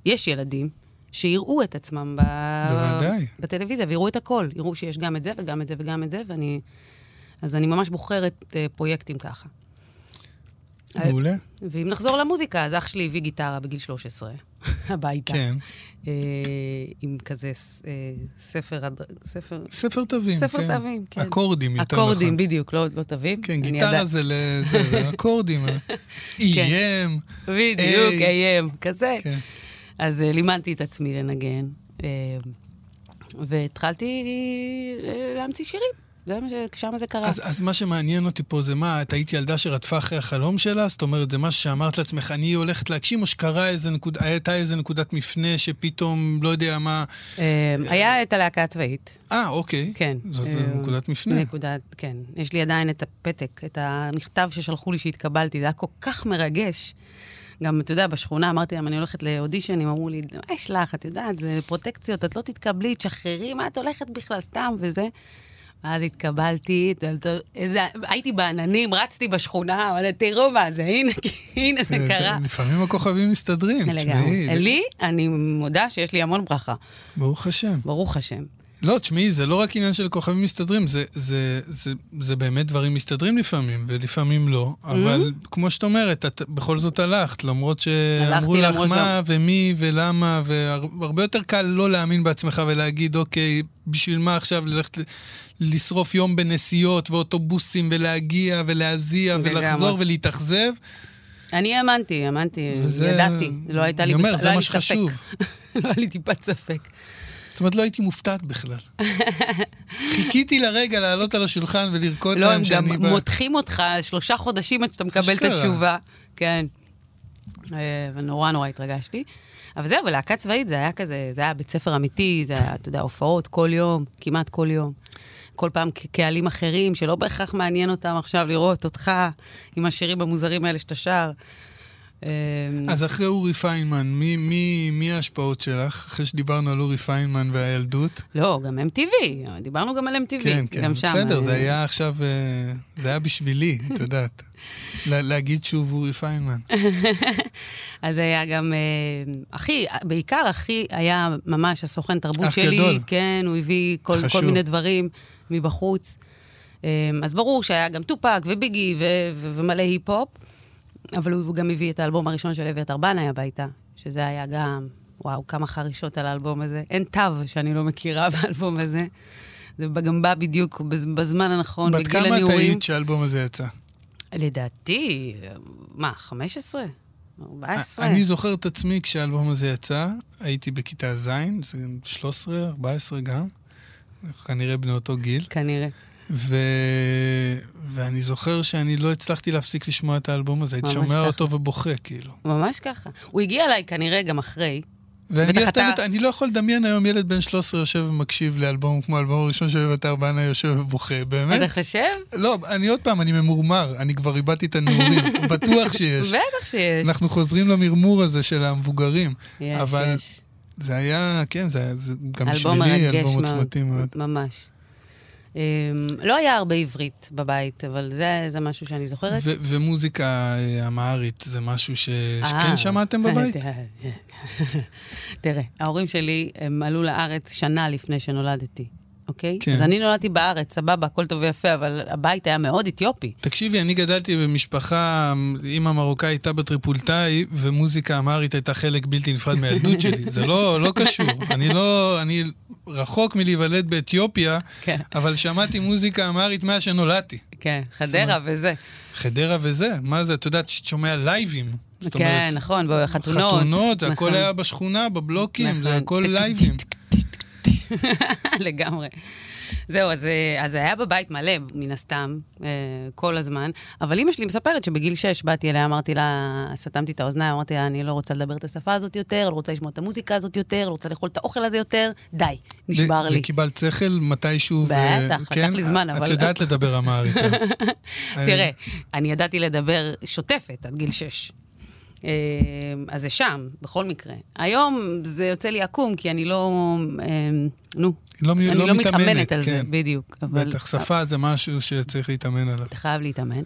Speaker 5: יש ילדים, שיראו את עצמם ב...
Speaker 4: בוודאי.
Speaker 5: בטלוויזיה, ויראו את הכל, יראו שיש גם את זה וגם את זה וגם את זה, ואני... אז אני ממש בוחרת אה, פרויקטים ככה.
Speaker 4: מעולה.
Speaker 5: ואם נחזור למוזיקה, אז אח שלי הביא גיטרה בגיל 13 הביתה.
Speaker 4: כן.
Speaker 5: אה, עם כזה ס- אה, ספר, הד- ספר...
Speaker 4: ספר תווים.
Speaker 5: ספר
Speaker 4: כן.
Speaker 5: תווים, כן.
Speaker 4: אקורדים, יותר נכון.
Speaker 5: אקורדים, בדיוק, לא, לא תווים.
Speaker 4: כן,
Speaker 5: אני
Speaker 4: גיטרה
Speaker 5: יודעת. כן.
Speaker 4: זה ל... זה זה אקורדים. E איים.
Speaker 5: בדיוק,
Speaker 4: איי.
Speaker 5: איים, כזה.
Speaker 4: אה, כן.
Speaker 5: אז אה, לימדתי את עצמי לנגן, אה, והתחלתי אה, להמציא שירים. זה מה ש... שם זה קרה.
Speaker 4: אז, אז מה שמעניין אותי פה זה מה, את היית ילדה שרדפה אחרי החלום שלה? זאת אומרת, זה מה שאמרת לעצמך, אני הולכת להגשים, או שקרה איזה נקודה, הייתה איזה נקודת מפנה שפתאום, לא יודע מה...
Speaker 5: אה, היה את הלהקה הצבאית,
Speaker 4: אה, אוקיי.
Speaker 5: כן.
Speaker 4: זו זו
Speaker 5: אה,
Speaker 4: נקודת מפנה.
Speaker 5: נקודת, כן. יש לי עדיין את הפתק, את המכתב ששלחו לי שהתקבלתי, זה היה כל כך מרגש. גם, אתה יודע, בשכונה אמרתי להם, אני הולכת לאודישנים, אמרו לי, מה יש לך, את יודעת, זה פרוטקציות, את לא תתקבלי, תשחררי, מה את הולכת בכלל, סתם, וזה. ואז התקבלתי, אתה יודע, איזה, הייתי בעננים, רצתי בשכונה, אמרתי, תראו מה זה, הנה, הנה זה קרה.
Speaker 4: לפעמים הכוכבים מסתדרים.
Speaker 5: לגמרי.
Speaker 4: אה, כן, תשמעי,
Speaker 5: לי, אני מודה שיש לי המון ברכה,
Speaker 4: ברוך השם.
Speaker 5: ברוך השם.
Speaker 4: לא, תשמעי, זה לא רק עניין של כוכבים מסתדרים, זה, זה, זה, זה באמת דברים מסתדרים לפעמים, ולפעמים לא.
Speaker 5: Mm-hmm.
Speaker 4: אבל כמו שאת אומרת, את בכל זאת הלכת, למרות שאמרו
Speaker 5: הלכתי,
Speaker 4: לך
Speaker 5: למרות לא.
Speaker 4: מה ומי ולמה, והרבה יותר קל לא להאמין בעצמך ולהגיד, אוקיי, בשביל מה עכשיו ללכת ל- לשרוף יום בנסיעות ואוטובוסים ולהגיע ולהזיע
Speaker 5: לגמרי.
Speaker 4: ולחזור ולהתאכזב?
Speaker 5: אני האמנתי, האמנתי,
Speaker 4: וזה-
Speaker 5: ידעתי, לא הייתה לי
Speaker 4: אני אומר,
Speaker 5: בכלל-
Speaker 4: זה
Speaker 5: לא היה
Speaker 4: מה
Speaker 5: לי ספק.
Speaker 4: שחשוב.
Speaker 5: לא היה לי טיפת ספק.
Speaker 4: זאת אומרת, לא הייתי מופתעת בכלל. חיכיתי לרגע לעלות על השולחן ולרקוד
Speaker 5: לא, הם
Speaker 4: להם שאני...
Speaker 5: גם
Speaker 4: בא.
Speaker 5: מותחים אותך שלושה חודשים עד שאתה מקבל את
Speaker 4: אשכרה.
Speaker 5: התשובה. כן. אה, ונורא נורא התרגשתי. אבל זהו, ולהקה צבאית זה היה כזה, זה היה בית ספר אמיתי, זה היה, אתה יודע, הופעות כל יום, כמעט כל יום. כל פעם ק- קהלים אחרים, שלא בהכרח מעניין אותם עכשיו לראות אותך עם השירים המוזרים האלה שאתה שר. אה,
Speaker 4: אז אחרי אורי פיינמן, מי, מי, מי ההשפעות שלך? אחרי שדיברנו על אורי פיינמן והילדות.
Speaker 5: לא, גם MTV, דיברנו גם על MTV.
Speaker 4: כן, כן,
Speaker 5: גם שם,
Speaker 4: בסדר,
Speaker 5: אה,
Speaker 4: זה היה עכשיו, אה, זה היה בשבילי, את יודעת. לה- להגיד שוב אורי פיינמן.
Speaker 5: אז היה גם, אה, אחי, בעיקר אחי היה ממש הסוכן תרבות
Speaker 4: אח
Speaker 5: שלי.
Speaker 4: גדול.
Speaker 5: כן, הוא הביא כל,
Speaker 4: חשוב.
Speaker 5: כל מיני דברים מבחוץ. אה, אז ברור שהיה גם טופק וביגי ו- ו- ומלא היפ-הופ, אבל הוא גם הביא את האלבום הראשון של אביתר בנאי הביתה, שזה היה גם, וואו, כמה חרישות על האלבום הזה. אין תו שאני לא מכירה באלבום הזה. זה גם בא בדיוק בז- בזמן הנכון,
Speaker 4: בת
Speaker 5: נכון, בגיל
Speaker 4: כמה את
Speaker 5: הנעורים.
Speaker 4: היית שהאלבום הזה יצא?
Speaker 5: לדעתי, מה, 15? 14?
Speaker 4: אני זוכר את עצמי כשהאלבום הזה יצא, הייתי בכיתה ז', זה 13, 14 גם, כנראה בני אותו גיל.
Speaker 5: כנראה.
Speaker 4: ו... ואני זוכר שאני לא הצלחתי להפסיק לשמוע את האלבום הזה, הייתי
Speaker 5: ממש
Speaker 4: שומע
Speaker 5: ככה.
Speaker 4: אותו ובוכה, כאילו.
Speaker 5: ממש ככה. הוא הגיע אליי כנראה גם אחרי.
Speaker 4: ואני
Speaker 5: בטח
Speaker 4: אגיד את
Speaker 5: אתה-
Speaker 4: האמת, אני לא יכול לדמיין היום ילד בן 13 יושב ומקשיב לאלבום כמו האלבום הראשון של אביתר בנה יושב ובוכה,
Speaker 5: אתה
Speaker 4: באמת?
Speaker 5: חושב?
Speaker 4: לא, אני עוד פעם, אני ממורמר, אני כבר איבדתי את הנעורים, בטוח שיש.
Speaker 5: בטח שיש.
Speaker 4: אנחנו חוזרים למרמור הזה של המבוגרים,
Speaker 5: יש,
Speaker 4: אבל
Speaker 5: יש.
Speaker 4: זה היה, כן, זה היה זה גם
Speaker 5: אלבום
Speaker 4: בשבילי
Speaker 5: מרגש
Speaker 4: אלבום
Speaker 5: מאוד.
Speaker 4: עוצמתי מאוד.
Speaker 5: ממש. אמ, לא היה הרבה עברית בבית, אבל זה- זה משהו שאני זוכרת.
Speaker 4: ו- ומוזיקה אה, אמהרית זה משהו ש-
Speaker 5: אה.
Speaker 4: שכן כן שמעתם בבית?
Speaker 5: תראה, ההורים שלי, הם עלו לארץ שנה לפני שנולדתי. אוקיי?
Speaker 4: כן.
Speaker 5: אז אני נולדתי בארץ, סבבה, הכל טוב ויפה, אבל הבית היה מאוד אתיופי.
Speaker 4: תקשיבי, אני גדלתי במשפחה, אימא מרוקאית, הייתה בטריפולטאי, ומוזיקה אמהרית הייתה חלק בלתי נפרד מהילדות שלי. זה לא, לא קשור. אני לא, אני רחוק מלהיוולד באתיופיה,
Speaker 5: כן.
Speaker 4: אבל שמעתי מוזיקה אמהרית מאז שנולדתי.
Speaker 5: כן, חדרה וזה.
Speaker 4: חדרה וזה, מה זה, את יודעת, שאת שומע לייבים. זאת
Speaker 5: כן,
Speaker 4: אומרת,
Speaker 5: נכון, בחתונות.
Speaker 4: חתונות, זה
Speaker 5: נכון.
Speaker 4: הכל היה בשכונה, בבלוקים, זה
Speaker 5: נכון.
Speaker 4: הכל
Speaker 5: טק, טק,
Speaker 4: לייבים.
Speaker 5: לגמרי. זהו, אז, אה, אז היה בבית מלא, מן הסתם, אה, כל הזמן. אבל אימא שלי מספרת שבגיל 6 באתי אליה, אמרתי לה, סתמתי את האוזניים, אמרתי לה, אני לא רוצה לדבר את השפה הזאת יותר, לא רוצה לשמוע את המוזיקה הזאת יותר, לא רוצה לאכול את האוכל הזה יותר, די, נשבר
Speaker 4: ו-
Speaker 5: לי.
Speaker 4: וקיבלת שכל מתישהו, ו-
Speaker 5: בטח, לקח
Speaker 4: כן?
Speaker 5: לי זמן,
Speaker 4: את
Speaker 5: אבל-
Speaker 4: יודעת לדבר אמהרית. אה.
Speaker 5: תראה, אני ידעתי לדבר שוטפת עד גיל 6. אז זה שם, בכל מקרה. היום זה יוצא לי עקום, כי אני לא... אמ, נו,
Speaker 4: לא מ-
Speaker 5: אני
Speaker 4: לא
Speaker 5: לא מתאמנת
Speaker 4: מתאמנת,
Speaker 5: על זה,
Speaker 4: כן.
Speaker 5: בדיוק. אבל-
Speaker 4: בטח, שפה זה משהו שצריך להתאמן עליו.
Speaker 5: אתה חייב להתאמן.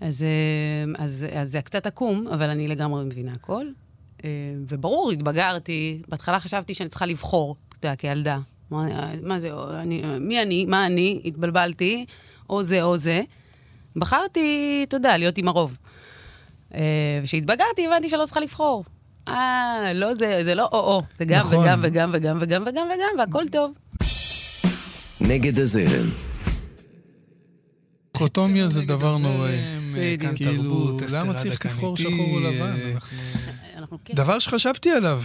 Speaker 5: אז, אה, אז, אז זה קצת עקום, אבל אני לגמרי מבינה הכל. אה, וברור, התבגרתי, בהתחלה חשבתי שאני צריכה לבחור, אתה יודע, כילדה. מה, מה זה, אני, מי אני, מה אני, התבלבלתי, או זה או זה. בחרתי, אתה יודע, להיות עם הרוב. אה, וכשהתבגרתי הבנתי שלא צריכה לבחור. אה, לא זה, זה לא או-או, זה גם
Speaker 4: נכון.
Speaker 5: וגם וגם וגם וגם וגם וגם, והכל טוב.
Speaker 2: נגד הזרם,
Speaker 4: דיכוטומיה זה דבר נוראי.
Speaker 5: בדיוק. כאן
Speaker 4: כאילו,
Speaker 6: תרבות,
Speaker 4: למה
Speaker 6: אסתרדה
Speaker 4: צריך
Speaker 6: כאן
Speaker 4: לבחור
Speaker 6: איתי,
Speaker 4: שחור או לבן?
Speaker 6: אה,
Speaker 4: אנחנו-
Speaker 5: אנחנו כן.
Speaker 4: דבר שחשבתי עליו,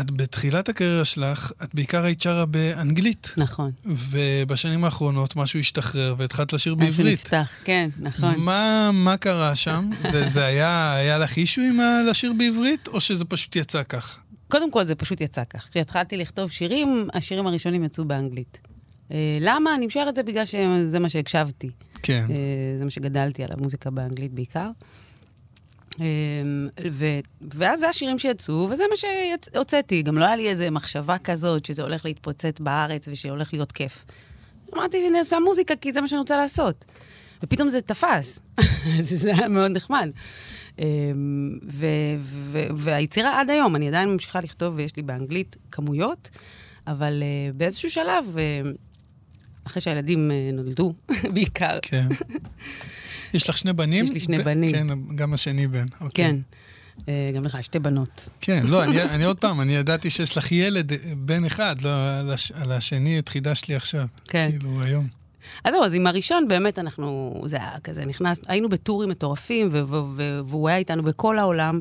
Speaker 4: את בתחילת הקריירה שלך, את בעיקר היית שרה באנגלית.
Speaker 5: נכון.
Speaker 4: ובשנים האחרונות משהו השתחרר והתחלת לשיר
Speaker 5: מה
Speaker 4: בעברית.
Speaker 5: שנפתח, כן, נכון.
Speaker 4: מה, מה קרה שם? זה, זה היה, היה לך אישו עם ה- לשיר בעברית, או שזה פשוט יצא כך?
Speaker 5: קודם כל, זה פשוט יצא כך. כשהתחלתי לכתוב שירים, השירים הראשונים יצאו באנגלית. אה, למה? אני משערת זה בגלל שזה מה שהקשבתי.
Speaker 4: כן.
Speaker 5: אה, זה מה שגדלתי עליו, מוזיקה באנגלית בעיקר. אה, ו- ואז זה השירים שיצאו, וזה מה שהוצאתי. גם לא היה לי איזה מחשבה כזאת שזה הולך להתפוצץ בארץ ושהולך להיות כיף. אמרתי, אני עושה מוזיקה כי זה מה שאני רוצה לעשות. ופתאום זה תפס, אז זה היה מאוד נחמד. אמ, ו- ו- והיצירה עד היום, אני עדיין ממשיכה לכתוב ויש לי באנגלית כמויות, אבל אה, באיזשהו שלב, אה, אחרי שהילדים אה, נולדו, בעיקר,
Speaker 4: כן. יש לך שני בנים?
Speaker 5: יש לי שני
Speaker 4: ב-
Speaker 5: בנים.
Speaker 4: כן, גם השני בן. אוקיי.
Speaker 5: כן, אה, גם לך, שתי בנות.
Speaker 4: כן, לא, אני, אני עוד פעם, אני ידעתי שיש לך ילד, אה, בן אחד, לא, על, הש, על השני את חידשת לי עכשיו.
Speaker 5: כן.
Speaker 4: כאילו, היום.
Speaker 5: אז זהו, אז עם הראשון באמת אנחנו, זה היה כזה נכנס, היינו בטורים מטורפים, ו- ו- ו- והוא היה איתנו בכל העולם.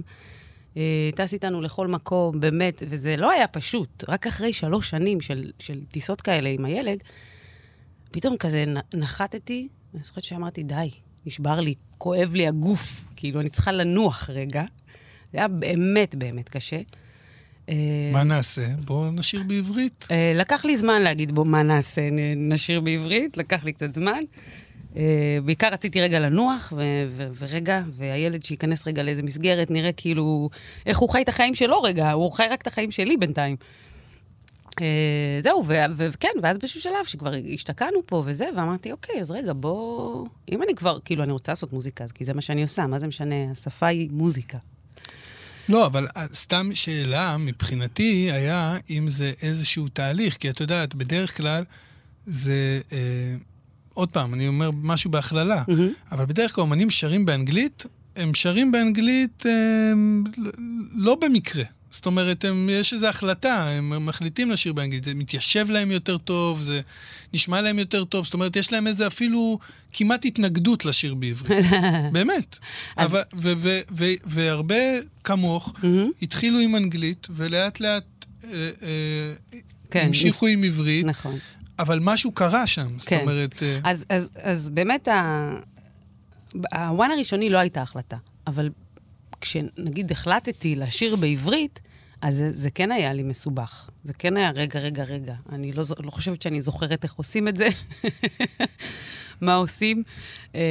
Speaker 5: אה, טס איתנו לכל מקום, באמת, וזה לא היה פשוט. רק אחרי שלוש שנים של, של טיסות כאלה עם הילד, פתאום כזה נ- נחתתי, ואני זוכרת שאמרתי, די, נשבר לי, כואב לי הגוף, כאילו, אני צריכה לנוח רגע. זה היה באמת באמת קשה. אה,
Speaker 4: מה נעשה? בואו נשיר בעברית.
Speaker 5: אה, לקח לי זמן להגיד בו מה נעשה, נ- נשיר בעברית, לקח לי קצת זמן. אה, בעיקר רציתי רגע לנוח, ו- ו- ורגע, והילד שייכנס רגע לאיזה מסגרת, נראה כאילו איך הוא חי את החיים שלו רגע, הוא חי רק את החיים שלי בינתיים. אה, זהו, ו- ו- וכן, ואז באיזשהו שלב שכבר השתקענו פה וזה, ואמרתי, אוקיי, אז רגע, בוא... אם אני כבר, כאילו, אני רוצה לעשות מוזיקה, אז כי זה מה שאני עושה, מה זה משנה? השפה היא מוזיקה.
Speaker 4: לא, אבל אה, סתם שאלה מבחינתי היה אם זה איזשהו תהליך, כי את יודעת, בדרך כלל זה... אה, עוד פעם, אני אומר משהו בהכללה, אבל בדרך כלל אומנים שרים באנגלית, הם שרים באנגלית אה, ל- לא במקרה. זאת אומרת, הם, יש איזו החלטה, הם מחליטים לשיר באנגלית, זה מתיישב להם יותר טוב, זה נשמע להם יותר טוב, זאת אומרת, יש להם איזה אפילו כמעט התנגדות לשיר בעברית. באמת. אבל, ו, ו, ו, והרבה כמוך התחילו עם אנגלית, ולאט לאט אה, אה,
Speaker 5: כן,
Speaker 4: המשיכו עם עברית,
Speaker 5: נכון.
Speaker 4: אבל משהו קרה שם. זאת
Speaker 5: כן.
Speaker 4: אומרת, אה,
Speaker 5: אז, אז, אז באמת, ה- הוואן הראשוני לא הייתה החלטה, אבל כשנגיד החלטתי לשיר בעברית, אז זה, זה כן היה לי מסובך. זה כן היה, רגע, רגע, רגע. אני לא, זו- לא חושבת שאני זוכרת איך עושים את זה, מה עושים. אה,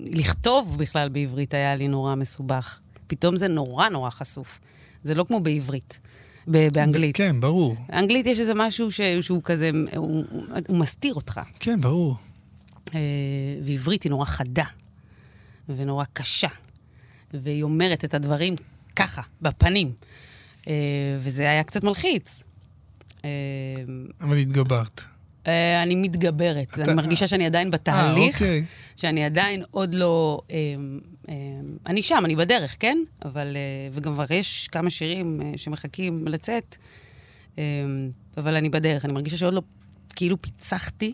Speaker 5: לכתוב בכלל בעברית היה לי נורא מסובך. פתאום זה נורא נורא חשוף. זה לא כמו בעברית, ב- באנגלית.
Speaker 4: כן, ברור.
Speaker 5: אנגלית יש איזה משהו ש, שהוא כזה, הוא, הוא, הוא מסתיר אותך.
Speaker 4: כן, ברור.
Speaker 5: אה, ועברית היא נורא חדה, ונורא קשה, והיא אומרת את הדברים ככה, בפנים. אה, וזה היה קצת מלחיץ. אה,
Speaker 4: אבל התגברת.
Speaker 5: אה, אני מתגברת.
Speaker 4: אתה-
Speaker 5: אני מרגישה שאני עדיין בתהליך,
Speaker 4: אוקיי.
Speaker 5: שאני עדיין עוד לא... אה, אה, אני שם, אני בדרך, כן? אבל... אה, וגם כבר יש כמה שירים אה, שמחכים לצאת, אה, אבל אני בדרך. אני מרגישה שעוד לא כאילו פיצחתי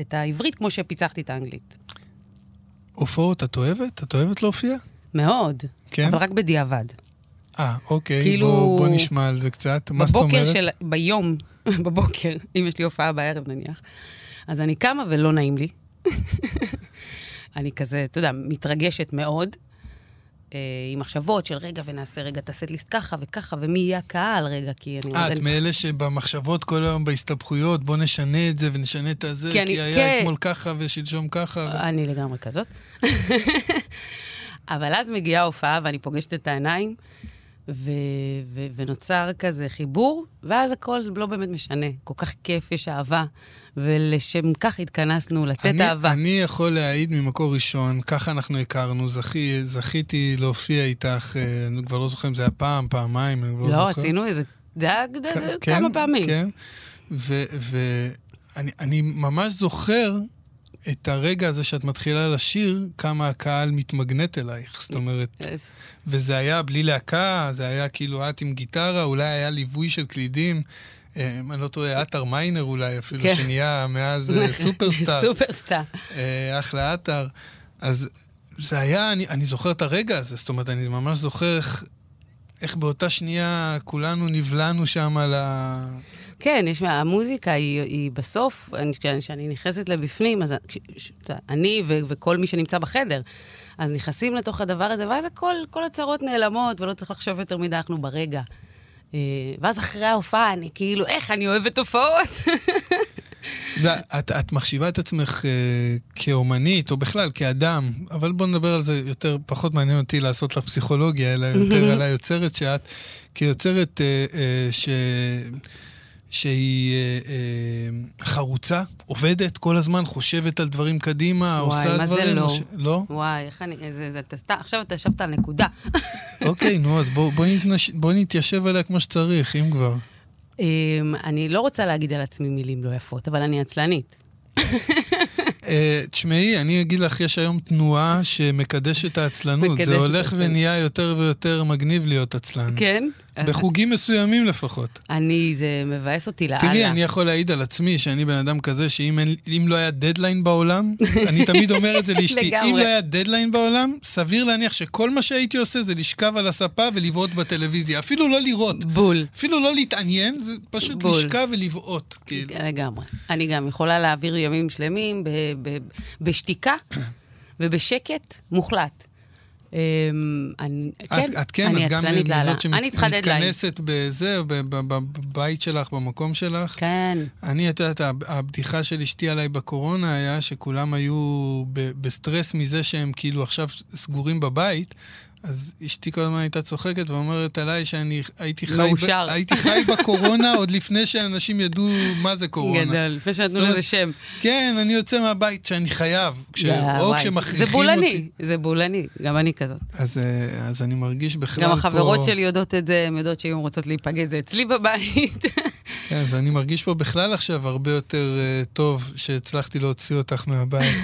Speaker 5: את העברית כמו שפיצחתי את האנגלית.
Speaker 4: הופעות את אוהבת? את אוהבת להופיע?
Speaker 5: מאוד.
Speaker 4: כן?
Speaker 5: אבל רק בדיעבד.
Speaker 4: אה, אוקיי,
Speaker 5: כאילו-
Speaker 4: בוא, בוא נשמע על זה קצת. מה זאת
Speaker 5: בבוקר
Speaker 4: אומרת?
Speaker 5: של... ביום, בבוקר, אם יש לי הופעה בערב נניח, אז אני קמה ולא נעים לי. אני כזה, אתה יודע, מתרגשת מאוד, אה, עם מחשבות של רגע, ונעשה רגע את הסט-ליסט ככה וככה, ומי יהיה הקהל רגע, כי אני...
Speaker 4: אה,
Speaker 5: אני
Speaker 4: את
Speaker 5: צריכה-
Speaker 4: מאלה שבמחשבות כל היום, בהסתבכויות, בוא נשנה את זה ונשנה את הזה,
Speaker 5: כי
Speaker 4: כי,
Speaker 5: אני-
Speaker 4: היה
Speaker 5: כן. אה,
Speaker 4: אתמול ככה ושלשום ככה.
Speaker 5: אני לגמרי כזאת. אבל אז מגיעה ההופעה ואני פוגשת את העיניים, ו- ו- ונוצר כזה חיבור, ואז הכל לא באמת משנה. כל כך כיף, יש אהבה, ולשם כך התכנסנו, לתת
Speaker 4: אני,
Speaker 5: אהבה.
Speaker 4: אני יכול להעיד ממקור ראשון, ככה אנחנו הכרנו, זכי, זכיתי להופיע איתך, אה, אני כבר לא זוכר אם זה היה פעם, פעמיים, אני כבר לא,
Speaker 5: לא,
Speaker 4: זוכר.
Speaker 5: עשינו איזה, זה היה
Speaker 4: כ-
Speaker 5: כ-
Speaker 4: כן,
Speaker 5: כמה פעמים.
Speaker 4: כן, ואני אני ממש זוכר את הרגע הזה שאת מתחילה לשיר, כמה הקהל מתמגנט אלייך, זאת אומרת,
Speaker 5: אז-
Speaker 4: וזה היה בלי להקה, זה היה כאילו את עם גיטרה, אולי היה ליווי של קלידים. אה, אם אני לא טועה, עטר מיינר אולי אפילו,
Speaker 5: כן.
Speaker 4: שנהיה מאז אה, סופרסטאר.
Speaker 5: סופרסטאר.
Speaker 4: אה, אחלה עטר. אז זה היה, אני, אני זוכר את הרגע הזה, זאת אומרת, אני ממש זוכר איך, איך באותה שנייה כולנו נבלענו שם על ה...
Speaker 5: כן, יש, מה- המוזיקה היא, היא בסוף, אני- כשאני- כשאני נכנסת לבפנים, אז כש- ש- אתה- אני ו, וכל מי שנמצא בחדר, אז נכנסים לתוך הדבר הזה, ואז הכל, כל הצרות נעלמות, ולא צריך לחשוב יותר מדי, אנחנו ברגע. אה, ואז אחרי ההופעה, אני כאילו, איך אני אוהבת הופעות?
Speaker 4: ואת את מחשיבה את עצמך אה, כאומנית, או בכלל כאדם, אבל בוא נדבר על זה יותר, פחות מעניין אותי לעשות לך פסיכולוגיה, אלא יותר על היוצרת שאת, כיוצרת אה, אה, ש... שהיא אה, אה, חרוצה, עובדת כל הזמן, חושבת על דברים קדימה,
Speaker 5: וואי,
Speaker 4: עושה
Speaker 5: מה זה
Speaker 4: דברים.
Speaker 5: לא?
Speaker 4: או לא?
Speaker 5: וואי, איך אני, זה, זה, אתה סתם, עכשיו אתה ישבת על נקודה.
Speaker 4: אוקיי, נו, אז בוא, בוא, נתנש... בוא נתיישב עליה כמו שצריך, אם כבר.
Speaker 5: אמ, אני לא רוצה להגיד על עצמי מילים לא יפות, אבל אני עצלנית.
Speaker 4: Uh, תשמעי, אני אגיד לך, יש היום תנועה שמקדשת העצלנות.
Speaker 5: מקדשת
Speaker 4: זה הולך
Speaker 5: העצלנות.
Speaker 4: ונהיה יותר ויותר מגניב להיות עצלן.
Speaker 5: כן?
Speaker 4: בחוגים מסוימים לפחות.
Speaker 5: אני, זה מבאס אותי לאללה.
Speaker 4: תראי, אני יכול להעיד על עצמי שאני בן אדם כזה שאם אין, אם לא היה דדליין בעולם, אני תמיד אומר את זה לאשתי,
Speaker 5: לגמרי.
Speaker 4: אם לא היה דדליין בעולם, סביר להניח שכל מה שהייתי עושה זה לשכב על הספה ולבעוט בטלוויזיה. אפילו לא לראות,
Speaker 5: בול.
Speaker 4: אפילו לא להתעניין, זה פשוט
Speaker 5: בול.
Speaker 4: לשכב ולבעוט. כאילו.
Speaker 5: כן, לגמרי. אני גם יכולה להעביר ימים שלמים ב- ב- בשתיקה ובשקט מוחלט. אמ, אני, כן,
Speaker 4: את, את כן,
Speaker 5: אני
Speaker 4: את גם
Speaker 5: עצלנית לאללה.
Speaker 4: מזאת
Speaker 5: אני צריכה דדליין.
Speaker 4: שמתכנסת בזה, ב- ב- ב- בבית שלך, במקום שלך.
Speaker 5: כן,
Speaker 4: אני, את יודעת, הב- הבדיחה של אשתי עליי בקורונה היה שכולם היו ב- בסטרס מזה שהם כאילו עכשיו סגורים בבית. אז אשתי כל הזמן הייתה צוחקת ואומרת עליי שאני הייתי חי, ב-
Speaker 5: מאושר.
Speaker 4: הייתי חי בקורונה עוד לפני שאנשים ידעו מה זה קורונה.
Speaker 5: גדול. כן, לא, לפני שנתנו
Speaker 4: זאת אומרת,
Speaker 5: לזה שם.
Speaker 4: כן, אני יוצא מהבית שאני חייב, כש...
Speaker 5: יא,
Speaker 4: או
Speaker 5: וואי.
Speaker 4: כשמכריחים
Speaker 5: זה
Speaker 4: אותי.
Speaker 5: בולני, זה בולני, גם אני כזאת.
Speaker 4: אז, אה, אז אני מרגיש בכלל
Speaker 5: גם
Speaker 4: פה...
Speaker 5: החברות שלי יודעות את זה, הן יודעות שאם הן רוצות להיפגש זה אצלי בבית.
Speaker 4: כן, אז אני מרגיש פה בכלל עכשיו הרבה יותר uh, טוב שהצלחתי להוציא אותך מהבית.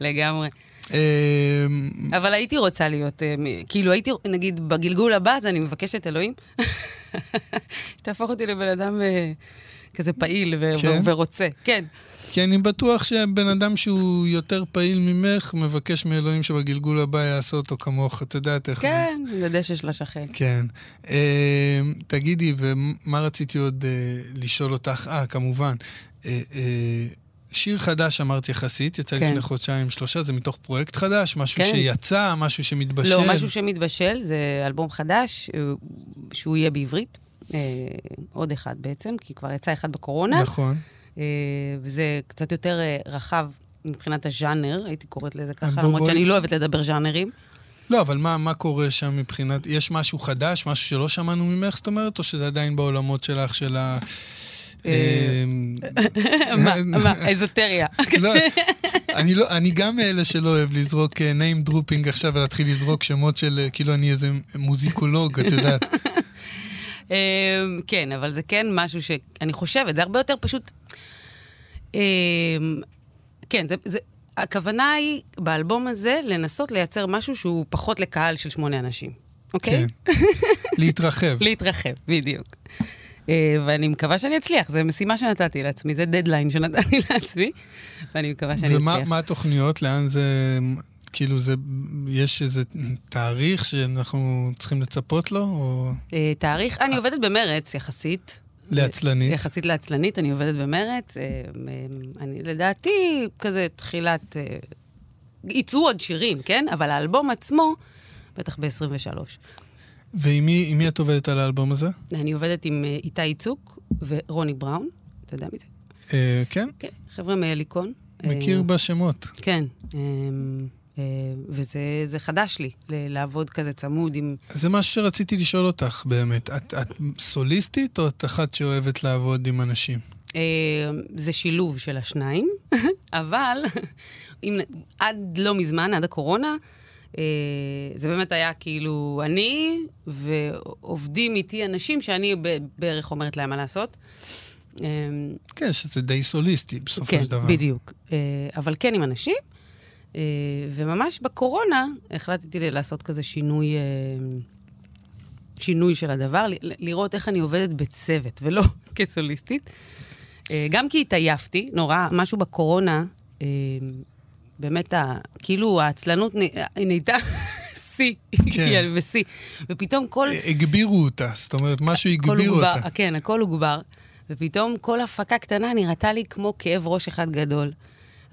Speaker 5: לגמרי.
Speaker 4: um, אמ,
Speaker 5: אבל הייתי רוצה להיות, אה, מ- כאילו הייתי, נגיד, בגלגול הבא, אז אני מבקשת אלוהים, שתהפוך אותי לבן אדם אה, כזה פעיל ו-
Speaker 4: כן?
Speaker 5: ו- ורוצה. כן.
Speaker 4: כי אני בטוח שבן אדם שהוא יותר פעיל ממך, מבקש מאלוהים שבגלגול הבא יעשה אותו כמוך. את יודעת איך זה.
Speaker 5: כן, זה דשא של השכן.
Speaker 4: כן. Um, תגידי, ומה רציתי עוד uh, לשאול אותך? אה, כמובן. Uh, uh, שיר חדש אמרת יחסית, יצא
Speaker 5: כן.
Speaker 4: לפני חודשיים, שלושה, זה מתוך פרויקט חדש? משהו
Speaker 5: כן.
Speaker 4: שיצא, משהו שמתבשל?
Speaker 5: לא, משהו שמתבשל, זה אלבום חדש, אה, שהוא יהיה בעברית. אה, עוד אחד בעצם, כי כבר יצא אחד בקורונה.
Speaker 4: נכון.
Speaker 5: אה, וזה קצת יותר אה, רחב מבחינת הז'אנר, הייתי קוראת לזה ככה,
Speaker 4: בוא-
Speaker 5: למרות
Speaker 4: בואי-
Speaker 5: שאני לא אוהבת לדבר ז'אנרים.
Speaker 4: לא, אבל מה, מה קורה שם מבחינת... יש משהו חדש, משהו שלא שמענו ממך, זאת אומרת, או שזה עדיין בעולמות שלך, של ה...
Speaker 5: אה,
Speaker 4: אמ,
Speaker 5: מה, מה, אזוטריה.
Speaker 4: לא, אני לא, אני גם מאלה שלא אוהב לזרוק אה, name dropping עכשיו ולהתחיל לזרוק שמות של אה, כאילו אני איזה מוזיקולוג, את יודעת.
Speaker 5: אמ, כן, אבל זה כן משהו שאני חושבת, זה הרבה יותר פשוט... אמ, כן, זה, זה, הכוונה היא באלבום הזה לנסות לייצר משהו שהוא פחות לקהל של שמונה אנשים, אוקיי?
Speaker 4: כן. להתרחב.
Speaker 5: להתרחב, בדיוק. אה, ואני מקווה שאני אצליח, זו משימה שנתתי לעצמי, זה דדליין שנתתי לעצמי, ואני מקווה שאני
Speaker 4: ומה
Speaker 5: אצליח.
Speaker 4: מה התוכניות? לאן זה... כאילו זה, יש איזה תאריך שאנחנו צריכים לצפות לו, או
Speaker 5: אה, תאריך, אני עובדת במרץ יחסית.
Speaker 4: לעצלנית?
Speaker 5: יחסית לעצלנית, אני עובדת במרץ. אה, אה, אני לדעתי, כזה תחילת... אה, יצאו עוד שירים, כן? אבל האלבום עצמו, בטח ב-23.
Speaker 4: ועם מי, עם מי את עובדת על האלבום הזה?
Speaker 5: אני עובדת עם אה, איתי איצוק ורוני בראון, אתה יודע מי זה?
Speaker 4: אה, כן?
Speaker 5: כן, חבר'ה מהליקון. אה,
Speaker 4: מכיר בשמות.
Speaker 5: כן. אה, אה, וזה זה חדש לי, ל- לעבוד כזה צמוד עם...
Speaker 4: זה מה שרציתי לשאול אותך באמת. את, את סוליסטית או את אחת שאוהבת לעבוד עם אנשים?
Speaker 5: אה, זה שילוב של השניים, אבל אם, נ- עד לא מזמן, עד הקורונה, אה, זה באמת היה כאילו אני, ועובדים איתי אנשים שאני ב- בערך אומרת להם מה לעשות. אה,
Speaker 4: כן, שזה די סוליסטי בסופו
Speaker 5: כן,
Speaker 4: של דבר.
Speaker 5: בדיוק. אה, אבל כן עם אנשים. אה, וממש בקורונה החלטתי ל- לעשות כזה שינוי, אה, שינוי של הדבר, ל- ל- לראות איך אני עובדת בצוות ולא כסוליסטית. אה, גם כי התעייפתי, נורא, משהו בקורונה, אה, באמת, ה, כאילו העצלנות נ- נהייתה שיא,
Speaker 4: כן.
Speaker 5: כאילו, ושיא. ופתאום
Speaker 4: אה,
Speaker 5: כל...
Speaker 4: הגבירו אותה, זאת אומרת, משהו
Speaker 5: הכל
Speaker 4: הגביר
Speaker 5: הוגבר,
Speaker 4: אותה.
Speaker 5: כן, הכל הוגבר. ופתאום כל הפקה קטנה נראתה לי כמו כאב ראש אחד גדול.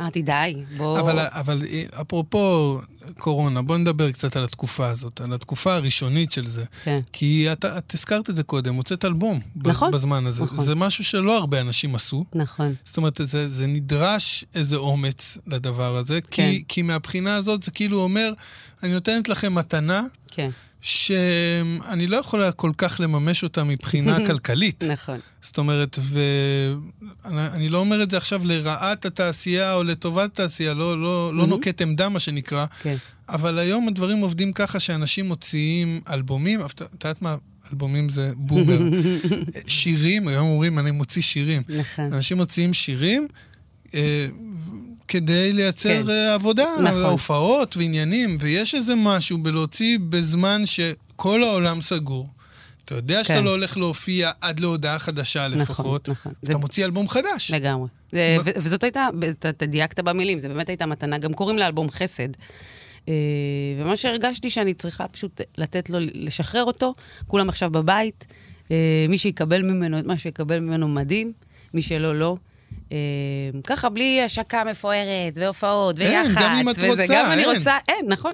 Speaker 5: אמרתי, די, בוא...
Speaker 4: אבל, אבל אה, אפרופו קורונה, בוא נדבר קצת על התקופה הזאת, על התקופה הראשונית של זה.
Speaker 5: כן.
Speaker 4: כי את, את הזכרת את זה קודם, הוצאת אלבום ב-
Speaker 5: נכון,
Speaker 4: בזמן הזה.
Speaker 5: נכון.
Speaker 4: זה משהו שלא הרבה אנשים עשו.
Speaker 5: נכון.
Speaker 4: זאת אומרת, זה, זה נדרש איזה אומץ לדבר הזה,
Speaker 5: כן.
Speaker 4: כי, כי מהבחינה הזאת זה כאילו אומר, אני נותנת לכם מתנה
Speaker 5: כן,
Speaker 4: שאני לא יכולה כל כך לממש אותה מבחינה כלכלית.
Speaker 5: נכון.
Speaker 4: זאת אומרת, ואני אני לא אומר את זה עכשיו לרעת התעשייה או לטובת התעשייה, לא, לא, לא נוקט עמדה, מה שנקרא,
Speaker 5: כן.
Speaker 4: אבל היום הדברים עובדים ככה שאנשים מוציאים אלבומים, אבל את את יודעת מה? אלבומים זה בומר. שירים, היום אומרים, אני מוציא שירים.
Speaker 5: נכון.
Speaker 4: אנשים מוציאים שירים אה, כדי לייצר
Speaker 5: כן.
Speaker 4: כן. עבודה,
Speaker 5: נכון.
Speaker 4: הופעות ועניינים, ויש איזה משהו בלהוציא בזמן שכל העולם סגור. אתה יודע שאתה
Speaker 5: כן.
Speaker 4: לא הולך להופיע עד להודעה חדשה לפחות.
Speaker 5: נכון.
Speaker 4: אתה
Speaker 5: זה-
Speaker 4: מוציא אלבום חדש.
Speaker 5: לגמרי. זה, ו- וזאת הייתה, אתה אתה דייקת במילים, זו באמת הייתה מתנה. גם קוראים לאלבום חסד. אה, ומה שהרגשתי שאני צריכה פשוט לתת לו, לשחרר אותו. כולם עכשיו בבית, אה, מי שיקבל ממנו את מה שיקבל ממנו מדהים, מי שלא, לא. אה, ככה בלי השקה מפוארת, והופעות,
Speaker 4: אין,
Speaker 5: ויח"צ,
Speaker 4: גם אם את
Speaker 5: וזה,
Speaker 4: רוצה,
Speaker 5: גם אם אני
Speaker 4: אין.
Speaker 5: רוצה, אין, נכון.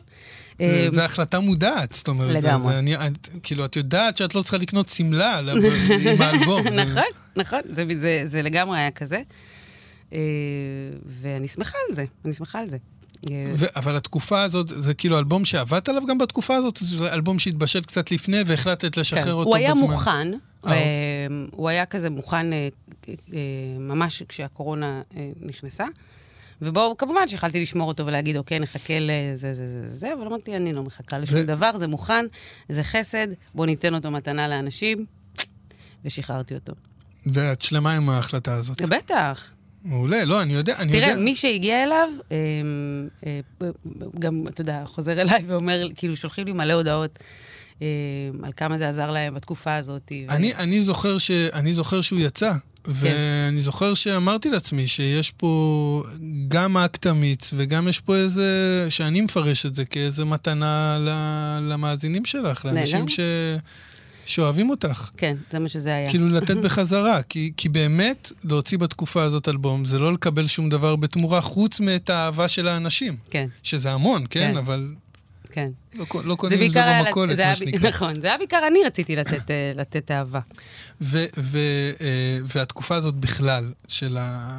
Speaker 4: זה-
Speaker 5: אה,
Speaker 4: זה החלטה מודעת, זאת אומרת. זה-
Speaker 5: לגמרי.
Speaker 4: זה, אני, את, כאילו, את יודעת שאת לא צריכה לקנות שמלה על- עם האלבום. זה-
Speaker 5: נכון, נכון, זה, זה, זה לגמרי היה כזה. אה, ואני שמחה על זה, אני שמחה על זה. אה,
Speaker 4: ו- אבל התקופה הזאת, זה כאילו אלבום שעבדת עליו גם בתקופה הזאת, או שזה אלבום שהתבשל קצת לפני והחלטת לשחרר
Speaker 5: כן.
Speaker 4: אותו
Speaker 5: הוא היה
Speaker 4: בזמן.
Speaker 5: מוכן, ו-
Speaker 4: אוקיי.
Speaker 5: הוא היה כזה מוכן אה, אה, ממש כשהקורונה אה, נכנסה. ובו, כמובן שיכלתי לשמור אותו ולהגיד, אוקיי, נחכה לזה, זה, זה, זה, זה, אבל אמרתי, אני לא מחכה לשום
Speaker 4: ו-
Speaker 5: דבר, זה מוכן, זה חסד, בוא ניתן אותו מתנה לאנשים, ושחררתי אותו.
Speaker 4: ואת שלמה עם ההחלטה הזאת.
Speaker 5: בטח,
Speaker 4: מעולה, לא, אני יודע, אני
Speaker 5: תראה,
Speaker 4: יודע.
Speaker 5: מי שהגיע אליו, אמ, אה, גם, אתה יודע, חוזר אליי ואומר, כאילו, שולחים לי מלא הודעות אמ, על כמה זה עזר להם בתקופה הזאת. ו-
Speaker 4: אני, אני, זוכר ש, אני זוכר שהוא יצא,
Speaker 5: כן.
Speaker 4: ואני זוכר שאמרתי לעצמי שיש פה גם אקט אמיץ, וגם יש פה איזה, שאני מפרש את זה כאיזה מתנה ל, למאזינים שלך, לאנשים
Speaker 5: לגמרי.
Speaker 4: ש, שאוהבים אותך.
Speaker 5: כן, זה מה שזה היה.
Speaker 4: כאילו לתת בחזרה, כי, כי באמת להוציא בתקופה הזאת אלבום זה לא לקבל שום דבר בתמורה חוץ מאת האהבה של האנשים,
Speaker 5: כן,
Speaker 4: שזה המון, כן?
Speaker 5: כן.
Speaker 4: אבל
Speaker 5: כן.
Speaker 4: לא, ק- לא
Speaker 5: זה
Speaker 4: קונים
Speaker 5: בעיקר
Speaker 4: זה
Speaker 5: היה...
Speaker 4: במכולת,
Speaker 5: זה היה
Speaker 4: מה
Speaker 5: ב-
Speaker 4: שנקרא.
Speaker 5: נכון, זה היה בעיקר אני רציתי לתת, אה, לתת אהבה.
Speaker 4: ו- ו- אה, והתקופה הזאת בכלל, של ה...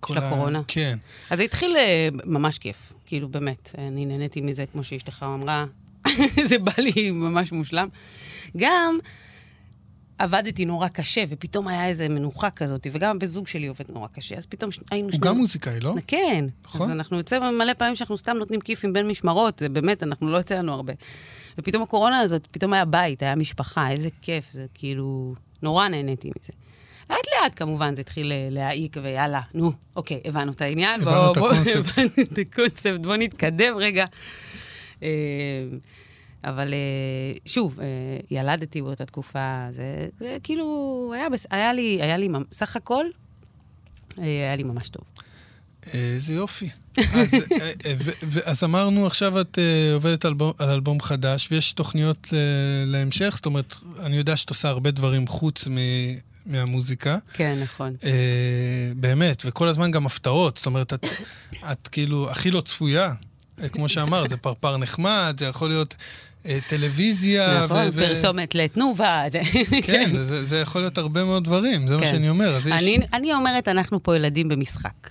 Speaker 4: כל
Speaker 5: של הקורונה.
Speaker 4: כן.
Speaker 5: אז זה התחיל אה, ממש כיף, כאילו, באמת. אני נהניתי מזה, כמו שאשתך אמרה, זה בא לי ממש מושלם. גם עבדתי נורא קשה, ופתאום היה איזו מנוחה כזאת, וגם הבן זוג שלי עובד נורא קשה, אז פתאום ש... היינו
Speaker 4: הוא גם מוזיקאי, לא?
Speaker 5: כן.
Speaker 4: נכון.
Speaker 5: נכון. אז אנחנו יוצא מלא פעמים שאנחנו סתם נותנים כיפים בין משמרות, זה באמת, אנחנו לא יוצא לנו הרבה. ופתאום הקורונה הזאת, פתאום היה בית, היה משפחה, איזה כיף, זה כאילו... נורא נהניתי מזה. לאט לאט כמובן זה התחיל אה, להעיק, ויאללה, נו, אוקיי, הבנו את העניין.
Speaker 4: הבנו
Speaker 5: בוא-
Speaker 4: את
Speaker 5: בוא-
Speaker 4: הקונספט.
Speaker 5: הבנו את הקונספט, בואו נתקדם רגע. אה, אבל אה, שוב, אה, ילדתי באותה תקופה, זה, זה כאילו, היה, בס- היה לי, היה לי, ממ- סך הכל, אה, היה לי ממש טוב.
Speaker 4: אה, איזה יופי. אז, אה, אה, ו- ו- אז אמרנו, עכשיו את אה, עובדת על בו- על אלבום חדש, ויש תוכניות אה, להמשך, זאת אומרת, אני יודע שאת עושה הרבה דברים חוץ מ- מהמוזיקה.
Speaker 5: כן, נכון.
Speaker 4: אה, באמת, וכל הזמן גם הפתעות, זאת אומרת, את, את כאילו הכי לא צפויה, אה, כמו שאמרת, זה פרפר נחמד, זה יכול להיות אה, טלוויזיה.
Speaker 5: נכון,
Speaker 4: ו- ו-
Speaker 5: פרסומת לתנובה. זה-
Speaker 4: כן, זה, זה יכול להיות הרבה מאוד דברים, זה מה
Speaker 5: כן.
Speaker 4: שאני אומר. אז יש-
Speaker 5: אני, אני אומרת, אנחנו פה ילדים במשחק.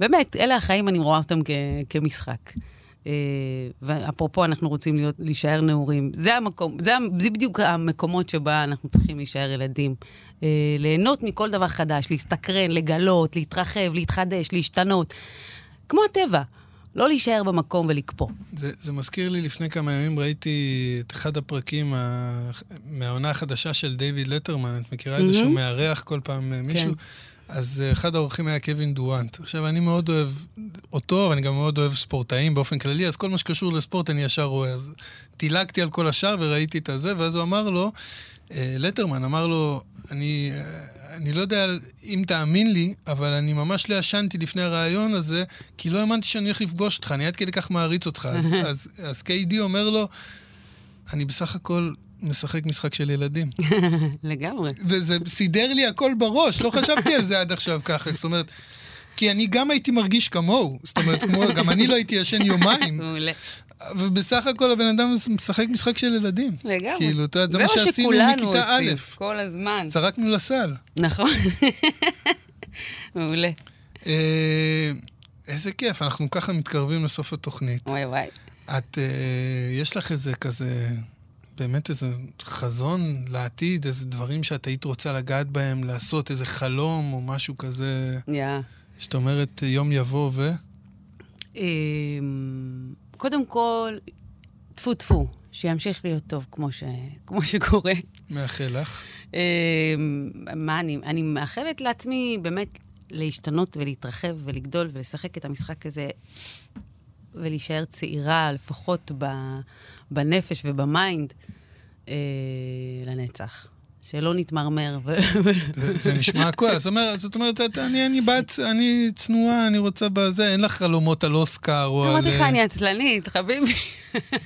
Speaker 5: באמת, אלה החיים, אני רואה אותם כ, כמשחק. אה, ואפרופו, אנחנו רוצים להיות, להישאר נעורים. זה המקום, זה, המ- זה בדיוק המקומות שבה אנחנו צריכים להישאר ילדים. אה, ליהנות מכל דבר חדש, להסתקרן, לגלות, להתרחב, להתחדש, להשתנות. כמו הטבע, לא להישאר במקום ולקפוא.
Speaker 4: זה, זה מזכיר לי, לפני כמה ימים ראיתי את אחד הפרקים ה... מהעונה החדשה של דיוויד לטרמן, את מכירה את זה
Speaker 5: מהמם. כן.
Speaker 4: שהוא מארח כל פעם אה, מישהו? אז אה, אחד האורחים היה קווין דואנט. עכשיו, אני מאוד אוהב אותו, ואני גם מאוד אוהב ספורטאים באופן כללי, אז כל מה שקשור לספורט אני ישר רואה. אז דילגתי על כל השאר וראיתי את הזה, ואז הוא אמר לו, אה, לטרמן אמר לו, אני, אה, אני לא יודע אם תאמין לי, אבל אני ממש לא ישנתי לפני הרעיון הזה, כי לא האמנתי שאני הולך לפגוש אותך, אני עד כדי כך מעריץ אותך. אז, אז, אז KD אומר לו, אני בסך הכל משחק משחק של ילדים.
Speaker 5: לגמרי.
Speaker 4: וזה סידר לי הכל בראש, לא חשבתי על זה עד עכשיו ככה. זאת אומרת, כי אני גם הייתי מרגיש כמוהו. זאת אומרת, כמו, גם אני לא הייתי ישן יומיים,
Speaker 5: מעולה.
Speaker 4: ובסך הכל הבן אדם משחק משחק של ילדים.
Speaker 5: לגמרי.
Speaker 4: כאילו, אתה יודע, זה מה שעשינו
Speaker 5: שכולנו
Speaker 4: מכיתה
Speaker 5: עושים,
Speaker 4: א',
Speaker 5: כל הזמן.
Speaker 4: זרקנו לסל.
Speaker 5: נכון. מעולה.
Speaker 4: אה, איזה כיף, אנחנו ככה מתקרבים לסוף התוכנית.
Speaker 5: וואי וואי.
Speaker 4: את, אה, יש לך איזה כזה, באמת איזה חזון לעתיד, איזה דברים שאת היית רוצה לגעת בהם, לעשות איזה חלום או משהו כזה,
Speaker 5: יא.
Speaker 4: שאת אומרת יום יבוא ו...
Speaker 5: אמ, קודם כל, טפו טפו, שימשיך להיות טוב כמו, ש... כמו שקורה.
Speaker 4: מאחל לך.
Speaker 5: אמ, מה אני, אני מאחלת לעצמי באמת להשתנות ולהתרחב ולגדול ולשחק את המשחק הזה ולהישאר צעירה, לפחות ב, בנפש ובמיינד, אה, לנצח. שלא נתמרמר. ו...
Speaker 4: זה זה נשמע הכול. אז אומר- זאת אומרת, את- אני אני בת, אני צנועה, אני רוצה בזה, אין לך חלומות על אוסקר או על...
Speaker 5: אמרתי לך,
Speaker 4: אה,
Speaker 5: אני עצלנית, חביבי.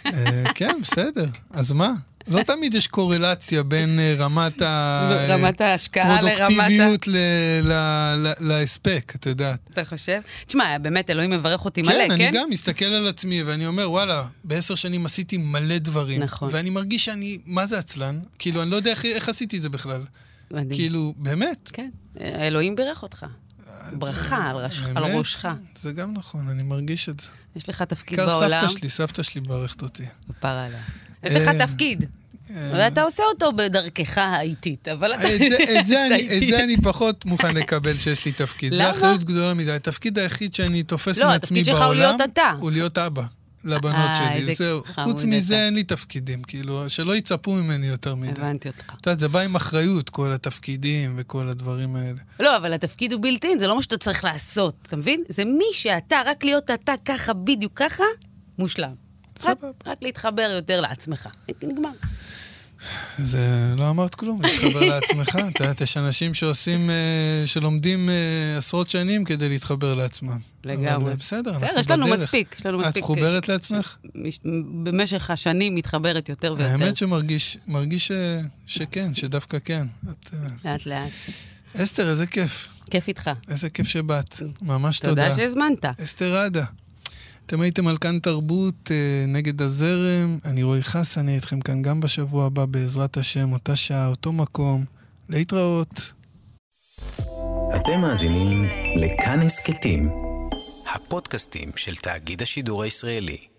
Speaker 4: אה, כן, בסדר. אז מה? לא תמיד יש קורלציה בין אה, רמת ה...
Speaker 5: לא,
Speaker 4: אה,
Speaker 5: רמת ההשקעה לרמת ה...
Speaker 4: פרודוקטיביות ל- ל- ל- להספק, את יודעת.
Speaker 5: אתה חושב? תשמע, באמת, אלוהים מברך אותי מלא, כן?
Speaker 4: כן, אני גם מסתכל על עצמי ואני אומר, וואלה, בעשר שנים עשיתי מלא דברים.
Speaker 5: נכון.
Speaker 4: ואני מרגיש שאני, מה זה עצלן? כאילו, אני לא יודע איך- איך עשיתי את זה בכלל.
Speaker 5: מדהים.
Speaker 4: כאילו, באמת.
Speaker 5: כן, אלוהים בירך אותך.
Speaker 4: אה,
Speaker 5: ברכה על ראש- על
Speaker 4: האמת,
Speaker 5: ראשך.
Speaker 4: זה גם נכון, אני מרגיש את זה.
Speaker 5: יש לך תפקיד
Speaker 4: בעיקר סבתא
Speaker 5: בעולם.
Speaker 4: שלי, סבתא שלי ברכת אותי.
Speaker 5: כפרה עליה. יש לך
Speaker 4: אה,
Speaker 5: תפקיד,
Speaker 4: אה,
Speaker 5: ואתה עושה אותו בדרכך האיטית, אבל אתה...
Speaker 4: את זה- את זה
Speaker 5: אתה
Speaker 4: אני- את
Speaker 5: איטי.
Speaker 4: זה אני פחות מוכן לקבל שיש לי תפקיד.
Speaker 5: למה?
Speaker 4: זה אחריות גדולה מדי. התפקיד היחיד שאני תופס
Speaker 5: לא,
Speaker 4: מעצמי
Speaker 5: התפקיד שלך הוא
Speaker 4: בעולם,
Speaker 5: להיות אתה.
Speaker 4: הוא להיות אבא לבנות
Speaker 5: אה, איזה
Speaker 4: שלי. זהו.
Speaker 5: חמוד
Speaker 4: חוץ
Speaker 5: אתה.
Speaker 4: מזה אין לי תפקידים, כאילו, שלא יצפו ממני יותר מדי.
Speaker 5: הבנתי אותך.
Speaker 4: את יודעת, זה בא עם אחריות, כל התפקידים וכל הדברים האלה.
Speaker 5: לא, אבל התפקיד הוא בלתי אין, זה לא מה שאתה צריך לעשות, אתה מבין? זה מי שאתה, רק להיות אתה ככה, בדיוק ככה, מושלם. רק-
Speaker 4: סבבה.
Speaker 5: רק להתחבר יותר לעצמך. נגמר.
Speaker 4: זה, לא אמרת כלום, להתחבר לעצמך. את יודעת, יש אנשים שעושים, אה, שלומדים אה, עשרות שנים כדי להתחבר לעצמם.
Speaker 5: לגמרי.
Speaker 4: אבל, אה, בסדר, אנחנו
Speaker 5: בסדר,
Speaker 4: בדרך.
Speaker 5: יש לנו מספיק, יש לנו
Speaker 4: את
Speaker 5: מספיק.
Speaker 4: מחוברת לעצמך?
Speaker 5: מש- במשך השנים מתחברת יותר ויותר.
Speaker 4: האמת שמרגיש, מרגיש ש... שכן, שדווקא כן. את, אה,
Speaker 5: לאט לאט.
Speaker 4: אסתר, איזה כיף.
Speaker 5: כיף איתך.
Speaker 4: איזה כיף שבאת. ממש תודה.
Speaker 5: תודה שהזמנת.
Speaker 4: אסתר עדה. אתם הייתם על כאן תרבות אה, נגד הזרם, אני רועי חס, אני איתכם כאן גם בשבוע הבא, בעזרת השם, אותה שעה, אותו מקום. להתראות.
Speaker 1: אתם מאזינים לכאן הסכתים, הפודקאסטים של תאגיד השידור הישראלי.